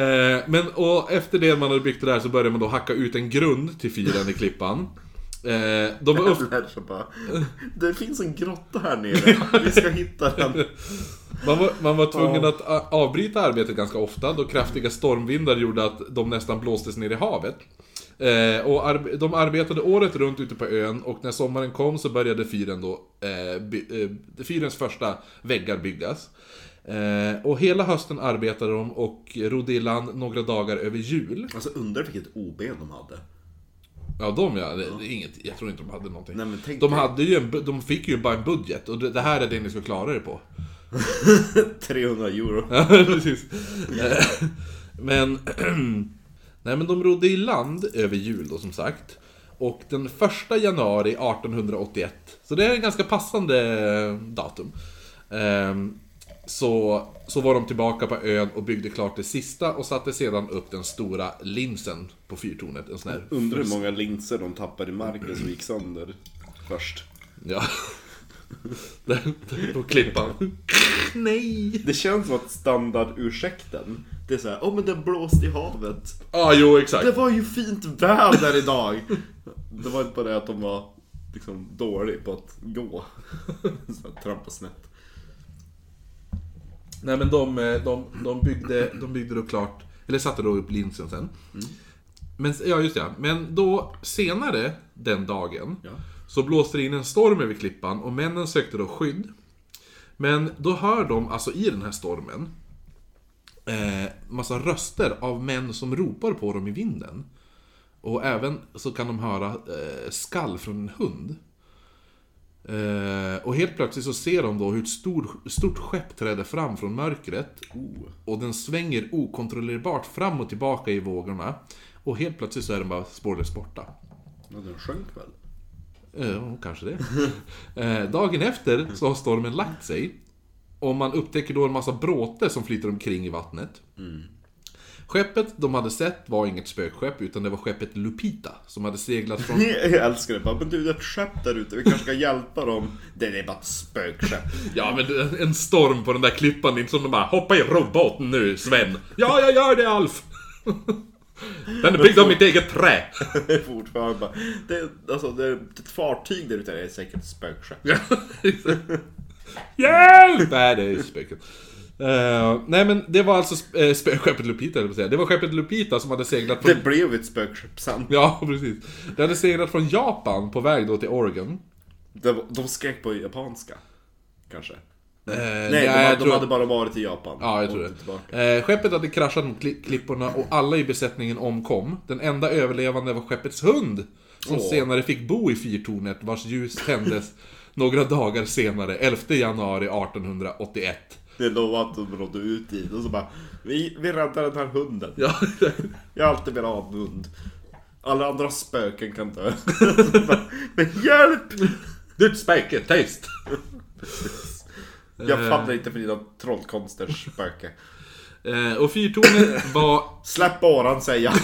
B: eh, men och efter det man hade byggt det där så började man då hacka ut en grund till fyren i klippan. Eh, de var of-
A: Eller så bara, Det finns en grotta här nere. Vi ska hitta den.
B: man, var, man var tvungen att a- avbryta arbetet ganska ofta då kraftiga stormvindar gjorde att de nästan blåstes ner i havet. Eh, och arb- de arbetade året runt ute på ön och när sommaren kom så började fyren då, eh, by- eh, fyrens första väggar byggas. Eh, och hela hösten arbetade de och rodde i land några dagar över jul.
A: Alltså undrar vilket OB de hade.
B: Ja, de ja, det, det är inget, jag tror inte de hade någonting.
A: Nej, men tänk
B: de,
A: dig.
B: hade ju en, bu- de fick ju bara en budget och det, det här är det ni ska klara er på.
A: 300 euro.
B: [laughs] Ja, precis. Eh, men... [clears throat] Nej, men de rodde i land över jul då, som sagt. Och den första januari 1881, så det är en ganska passande datum. ehm, Så, så var de tillbaka på ön och byggde klart det sista och satte sedan upp den stora linsen på fyrtornet. En sån här...
A: Mm. Undrar hur många linser de tappade i marken som gick sönder först.
B: Ja. [laughs] Där, där på klippan. Nej!
A: Det känns som att standardursäkten, det är såhär, åh men det blåste i havet.
B: Ja, ah, jo exakt.
A: Det var ju fint väder idag! Det var inte bara det att de var liksom dålig på att gå. [laughs] Så att trampa snett.
B: Nej men de, eh, de, de, byggde, de byggde då klart, eller satte då upp linsen sen. Men, ja just ja, men då senare den dagen
A: Ja.
B: så blåste det in en storm över klippan och männen sökte då skydd. Men då hör de, alltså i den här stormen, eh, massa röster av män som ropar på dem i vinden. Och även så kan de höra eh, skall från en hund. Eh, och helt plötsligt så ser de då hur ett stor, stort skepp träder fram från mörkret.
A: Oh.
B: Och den svänger okontrollerbart fram och tillbaka i vågorna. Och helt plötsligt så är den bara spårlöst borta.
A: Men den sjönk väl? [laughs]
B: Ja, kanske det. [laughs] Eh, Dagen efter så har stormen lagt sig. Och man upptäcker då en massa bråte som flyter omkring i vattnet. Skeppet de hade sett var inget spökskepp, utan det var skeppet Lupita. Som hade
A: [laughs]
B: seglat från...
A: Jag älskar det. Bara, men du, det är ett skepp där ute. Vi kanske ska hjälpa dem. Det är bara ett spökskepp. [laughs]
B: Ja men du, en storm på den där klippan, det är inte som de bara Hoppa i robot nu Sven! Ja, jag gör det Alf! [laughs] Den är byggd av mitt eget trä!
A: Fortfarande bara. Det, är- alltså, det är ett fartyg där ute. Det är säkert ett [laughs] spökskepp.
B: Hjälp! Nej, det är spöket. Eh, nej men det var alltså sp- eh, spö- skeppet Lupita, höll jag på att säga. Det var skeppet Lupita som hade seglat från...
A: Det blev ett spökskepp sen.
B: Ja, precis. Det hade seglat från Japan på väg då till Oregon.
A: Det var- De skrek på japanska. Kanske.
B: Eh, Nej,
A: Nej, de,
B: jag
A: hade,
B: tror
A: de
B: att-
A: hade bara varit i Japan.
B: Ja, jag tror
A: Och tillbaka.
B: det. Eh, skeppet hade kraschat mot kli- klipporna och alla i besättningen omkom. Den enda överlevande var skeppets hund, som
A: Åh.
B: senare fick bo i fyrtornet vars ljus
A: [laughs]
B: tändes några dagar senare, 11 januari 1881.
A: Det lovade att de rådde ut i det och så bara Vi, vi räddar den här hunden.
B: Ja,
A: Jag har alltid velat ha en hund. Alla andra spöken kan dö. [laughs] Så bara, Men hjälp!
B: du spöke, tyst!
A: Jag fattar inte för dina trollkonsters spöke.
B: Eh, och fyrtornet var,
A: Släpp åran säger jag.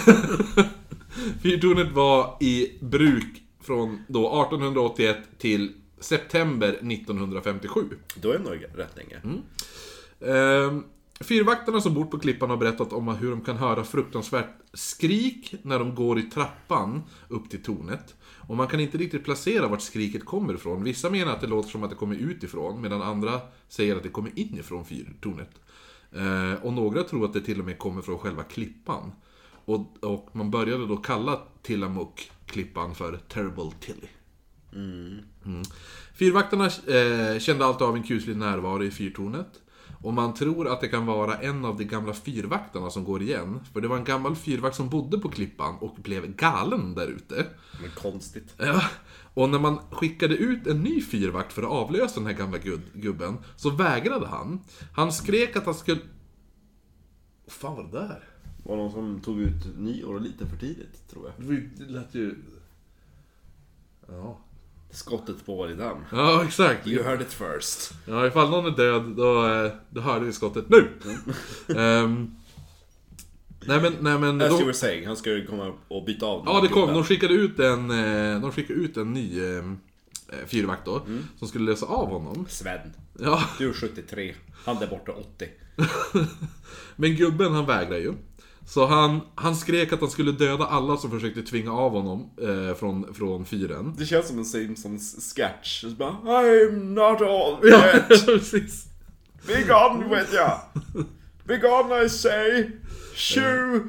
B: fyrtornet var i bruk från då 1881 till september 1957.
A: Då är det nog rätt länge.
B: Mm. Ehm, Fyrvakterna som bor på klippan har berättat om hur de kan höra fruktansvärt skrik när de går i trappan upp till tornet. Och man kan inte riktigt placera vart skriket kommer ifrån. Vissa menar att det låter som att det kommer utifrån, medan andra säger att det kommer inifrån fyrtornet. Ehm, och några tror att det till och med kommer från själva klippan. Och, och man började då kalla Tillamook klippan för Terrible Tilly. Fyrvakterna eh, kände allt av en kuslig närvaro i fyrtornet. Och man tror att det kan vara en av de gamla fyrvakterna som går igen. För det var en gammal fyrvakt som bodde på klippan och blev galen där ute.
A: Men konstigt.
B: Ja. Och när man skickade ut en ny fyrvakt för att avlösa den här gamla gud- gubben så vägrade han. Han skrek att han skulle... Vad fan var det där?
A: Det var någon som tog ut nyår lite för tidigt tror jag.
B: Det var ju- det lät ju... Ja.
A: Skottet på Ålidam.
B: Ja, exakt.
A: You heard it first.
B: Ja, ifall någon är död, då, eh, då hörde vi skottet nu! Ehm, nej men, nej men...
A: As you
B: De,
A: were saying, han skulle komma och byta av den
B: ja,
A: här
B: det kom.
A: gubben.
B: De skickade ut en, eh, de skickade ut en ny eh, eh, fyrvakt då, som skulle lösa av honom.
A: Sven.
B: Ja,
A: Du är 73. Han där borta är 80.
B: men gubben han vägrar ju. Så han, han skrek att han skulle döda alla som försökte tvinga av honom eh, från, från fyren.
A: Det känns som en Simpsons-sketch. Så bara, I'm not all yet.
B: [laughs] precis.
A: Be gone with ya! Be gone I say! Shoo!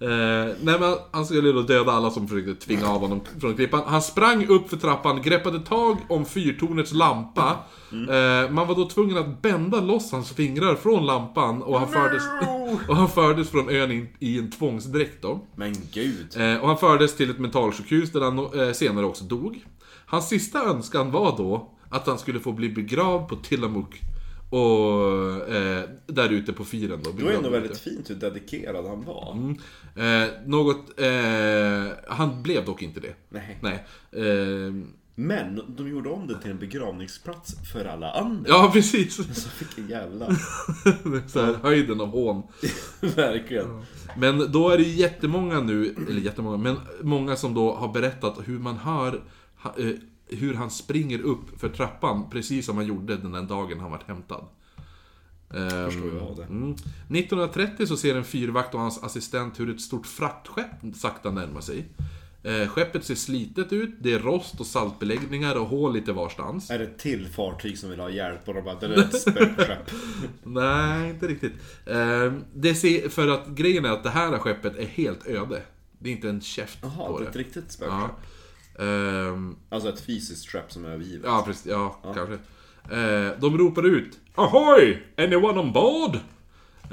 B: Eh, nej men han skulle då döda alla som försökte tvinga av honom från klippan. Han sprang upp för trappan, greppade tag om fyrtornets lampa. Eh, man var då tvungen att bända loss hans fingrar från lampan och han fördes, [laughs]
A: No!
B: och han fördes från ön in, i en tvångsdräkt då.
A: Men gud.
B: Eh, och han fördes till ett mentalsjukhus där han eh, senare också dog. Hans sista önskan var då att han skulle få bli begravd på Tillamook och eh, där ute på fyren
A: Det
B: då.
A: var
B: begravd
A: ändå
B: där ute.
A: väldigt fint hur dedikerad han var.
B: Eh, något... Eh, han blev dock inte det.
A: Nej.
B: Nej. Eh,
A: Men de gjorde om det till en begravningsplats för alla andra.
B: ja, [laughs] precis.
A: Så vilken
B: [laughs]
A: jävla...
B: Så här, höjden av hån.
A: Verkligen.
B: Men då är det jättemånga nu, eller jättemånga, men många som då har berättat hur man hör ha, eh, hur han springer upp för trappan precis som han gjorde den där dagen han vart hämtad. Ehm,
A: Förstår jag det.
B: Mm. 1930 så ser en fyrvakt och hans assistent hur ett stort fraktskepp sakta närmar sig. Eh, skeppet ser slitet ut, det är rost och saltbeläggningar och hål lite varstans.
A: Är det ett till fartyg som vill ha hjälp och de bara, det är ett spökskepp.
B: Nej, inte riktigt. Ehm, det ser, för att grejen är att det här skeppet är helt öde. Det är inte en käft
A: Jaha,
B: på
A: det
B: det.
A: är ett riktigt spökskepp.
B: ja. Ehm,
A: Alltså ett fysiskt skepp som är övergivet.
B: ja, precis. Ja, kanske. Ehm, de ropar ut Ahoy! Anyone on board?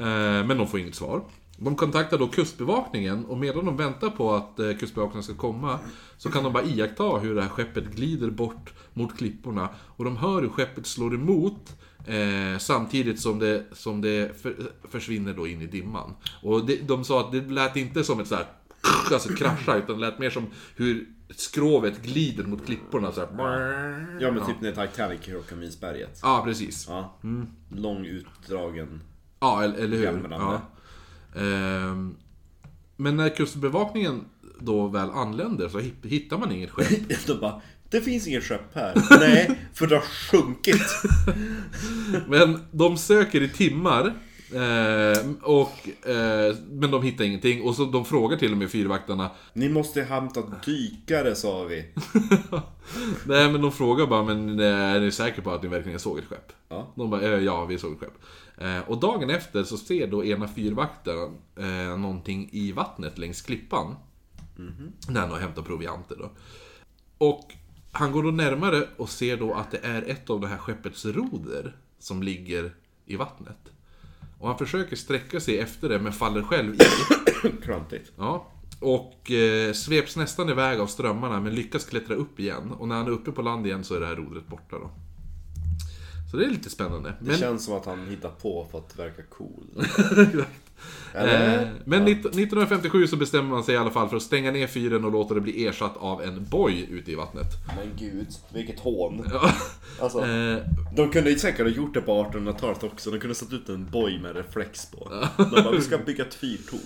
B: Ehm, men de får inget svar. De kontaktar då kustbevakningen och medan de väntar på att eh, kustbevakningen ska komma så kan de bara iaktta hur det här skeppet glider bort mot klipporna och de hör hur skeppet slår emot Eh, samtidigt som det, som det för, försvinner då in i dimman. Och det, de sa att det lät inte som ett så här alltså krascha, utan det lät mer som hur skrovet glider mot klipporna så här.
A: Ja men typ när Titanic krockar med isberget.
B: Ja, precis.
A: Ja.
B: Mm.
A: Lång utdragen. [laughs]
B: Ja, eller, eller hur?
A: Jämnande.
B: Ja. Ehm, men när kustbevakningen då väl anländer så hitt- hittar man
A: [laughs]
B: inget skepp.
A: De bara, det finns inget skepp här. [laughs] Nej, för det har sjunkit.
B: Men de söker i timmar. Eh, och, eh, men de hittar ingenting. Och så de frågar till och med fyrvaktarna
A: Ni måste hämta dykare sa vi.
B: Nej men de frågar bara, men eh, är ni säkra på att ni verkligen såg ett skepp?
A: Ja. [laughs]
B: De bara, "Eh, ja vi såg ett skepp. Eh, Och dagen efter så ser då ena fyrvakten eh, någonting i vattnet längs klippan. När han har hämtat provianter då. Och han går då närmare och ser då att det är ett av det här skeppets roder som ligger i vattnet. Och han försöker sträcka sig efter det men faller själv i. [clears throat]
A: Klantigt.
B: Ja. Och eh, sveps nästan iväg av strömmarna men lyckas klättra upp igen. Och när han är uppe på land igen så är det här rodret borta då. Så det är lite spännande.
A: Det
B: Men,
A: känns som att han hittar på för att verka
B: [laughs]
A: cool.
B: eh,
A: Eller?
B: men 19- 1957 så bestämmer man sig i alla fall för att stänga ner fyren och låta det bli ersatt av en boj ute i vattnet.
A: Men gud, vilket hån.
B: Ja.
A: Alltså,
B: Eh,
A: de kunde ju säkert ha gjort det på 1800-talet också. De kunde ha satt ut en boj med reflex på. De bara, vi ska bygga ett fyrtorn.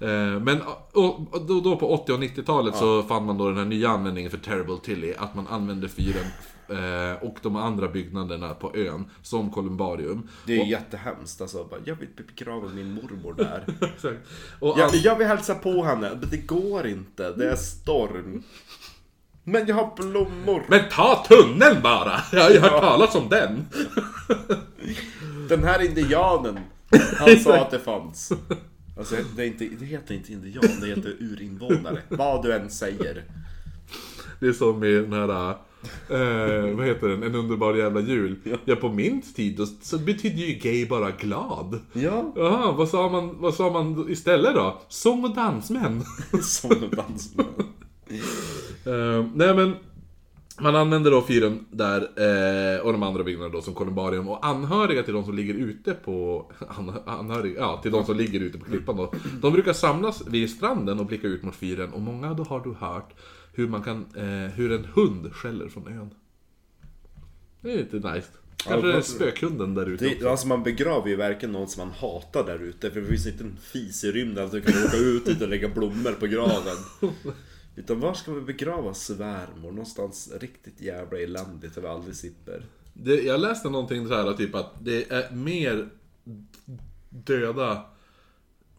B: Eh, Men och, och då, då på 80 och 90-talet så fann man då den här nya användningen för Terrible Tilly, att man använde fyren eh, och de andra byggnaderna på ön som kolumbarium.
A: Det är ju jättehemskt alltså. Bara, jag vill begrava min mormor [laughs] där.
B: Exakt. Och
A: Jag,
B: an-
A: jag vill hälsa på henne, men det går inte. Det är storm. Men jag har blommor.
B: Men ta tunneln bara! Jag har ju hört talas om den.
A: Den här indianen, [laughs] han sa att det fanns. Alltså, det, är inte, det heter inte indian, det heter urinvånare. Vad du än säger.
B: Det är som i den här... Eh, vad heter den? En underbar jävla jul. Ja, på min tid då, så betyder ju gay bara glad.
A: Ja,
B: Jaha, vad sa man, vad sa man istället då? Sång och dansmän.
A: [laughs] som en dansman.
B: Eh, nej men, man använder då fyren där eh, och de andra byggnaderna då som kolumbarium och anhöriga till de som ligger ute på... [laughs] An, anhöriga, ja, till de som ligger ute på klippan då. De brukar samlas vid stranden och blicka ut mot fyren och många då har du hört hur man kan... Eh, hur en hund skäller från ön. Det är lite nice.
A: Ja,
B: Kanske
A: det
B: det är
A: låter-
B: spökhunden där ute
A: Det,
B: också.
A: alltså man begraver ju verkligen någon som man hatar där ute. För det finns inte en fis i rymden som kan åka ut dit och lägga blommor på graven. Utan var ska vi begrava svärmor? Någonstans riktigt jävla eländigt där vi aldrig sitter.
B: Det, jag läste någonting så här typ att det är mer döda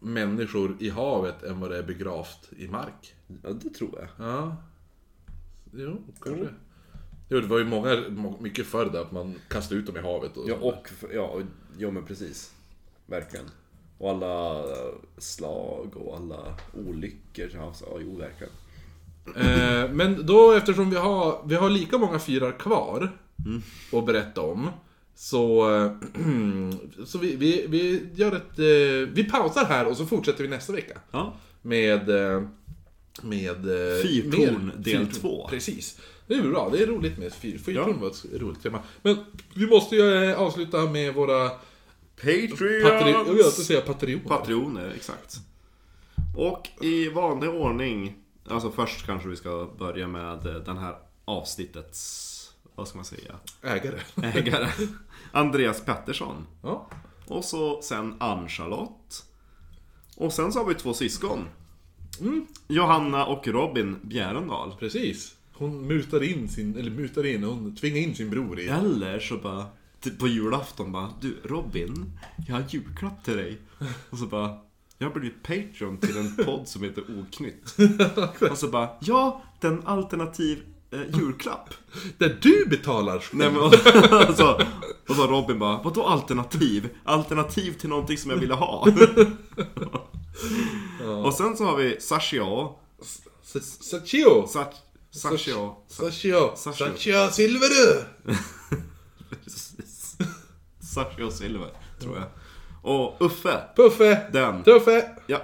B: människor i havet än vad det är begravt i mark.
A: Ja, det tror jag.
B: Ja. Jo, kanske. Jo, det var ju många, må- mycket förr där att man kastade ut dem i havet. Och
A: Ja, och, ja, och- ja men precis. Verkligen. Och alla eh, slag och alla olyckor. Ja, så- ja, jo, verkligen.
B: Eh, men då eftersom vi har, vi har lika många fyrar kvar att berätta om. Så, eh, [clears throat] så vi, vi, vi gör ett... eh, Vi pausar här och så fortsätter vi nästa vecka.
A: Ja.
B: Med... eh, Med... eh,
A: Fyrtorn
B: mer-
A: del
B: fyrtorn.
A: två.
B: Precis. Det är bra, det är roligt med fyr, fyrtorn
A: Ja.
B: var ett roligt tema. Men vi måste ju eh, avsluta med våra... Patri- jag vill alltid
A: Patreons!
B: säga patrioner.
A: Patroner, exakt. Och i vanlig ordning, alltså först kanske vi ska börja med eh, den här avsnittets, vad ska man säga,
B: Ägare.
A: ägare. Andreas Pettersson.
B: Ja.
A: Och så sen Ann-Charlotte. Och sen så har vi två syskon. Johanna och Robin Bjärendal.
B: Precis. Hon mutar in sin, eller mutar in, hon tvingar in sin bror i.
A: Eller så bara, typ på julafton bara, du Robin, jag har en julklapp till dig. Och så bara, jag har blivit Patreon till en podd som heter Oknytt. Och så bara, ja, den alternativ eh, julklapp.
B: Där du betalar själv.
A: Nej men [laughs] och, och, så, och så Robin bara, vadå alternativ? Alternativ till någonting som jag ville ha. Och sen så har vi Sashio.
B: S- Sachio!
A: Sa- Sashio. Sachio.
B: Sachio! Sachio Silveru!
A: Precis. Sashio Silver, tror jag. Och Uffe,
B: Puffe!
A: den.
B: Tuffe!
A: Ja.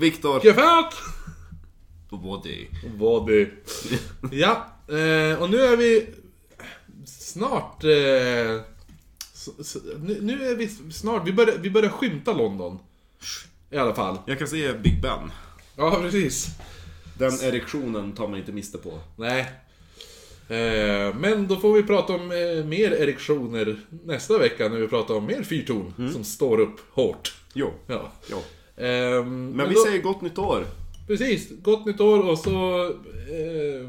A: Viktor.
B: Gefärt!
A: Och Woody.
B: Vad det... [laughs] Ja, eh, och nu är vi snart... Eh, s- s- nu, nu är vi snart... Vi börjar, vi börjar skymta London. I alla fall.
A: Jag kan se Big Ben.
B: Ja, precis.
A: Den erektionen tar man inte miste på.
B: Nej. Eh, Men då får vi prata om eh, mer erektioner nästa vecka när vi pratar om mer fyrtorn
A: Mm.
B: som står upp hårt.
A: Jo.
B: Ja.
A: jo.
B: Ehm,
A: Men, vi
B: då-
A: säger gott nytt år.
B: Precis, gott nytt år och så... Eh,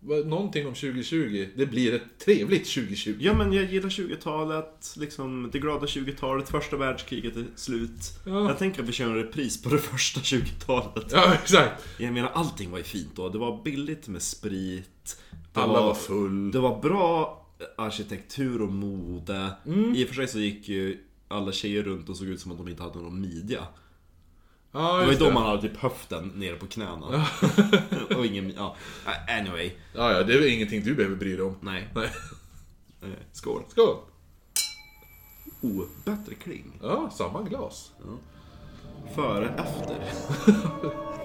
B: vad- någonting om 2020. Det blir ett trevligt 2020.
A: Ja men jag gillar 20-talet, liksom det glada 20-talet, första världskriget är slut.
B: Ja.
A: Jag tänker att vi kör en repris på det [laughs] första 20-talet.
B: [laughs] Ja, exakt.
A: Jag menar allting var ju fint då. Det var billigt med sprit. Det
B: Alla var full.
A: Det var bra arkitektur och mode. I och för sig så gick ju alla tjejer runt och såg ut som att de inte hade någon midja.
B: Ja,
A: Det var ju
B: just
A: då
B: det.
A: man hade typ höften nere på knäna. [laughs] och ingen... Ja. Anyway.
B: Ja, ja, det är väl ingenting du behöver bry dig om.
A: Nej.
B: Nej.
A: Eh, Skål.
B: Skål!
A: Oh, bättre kling.
B: Ja, samma glas.
A: Före, efter.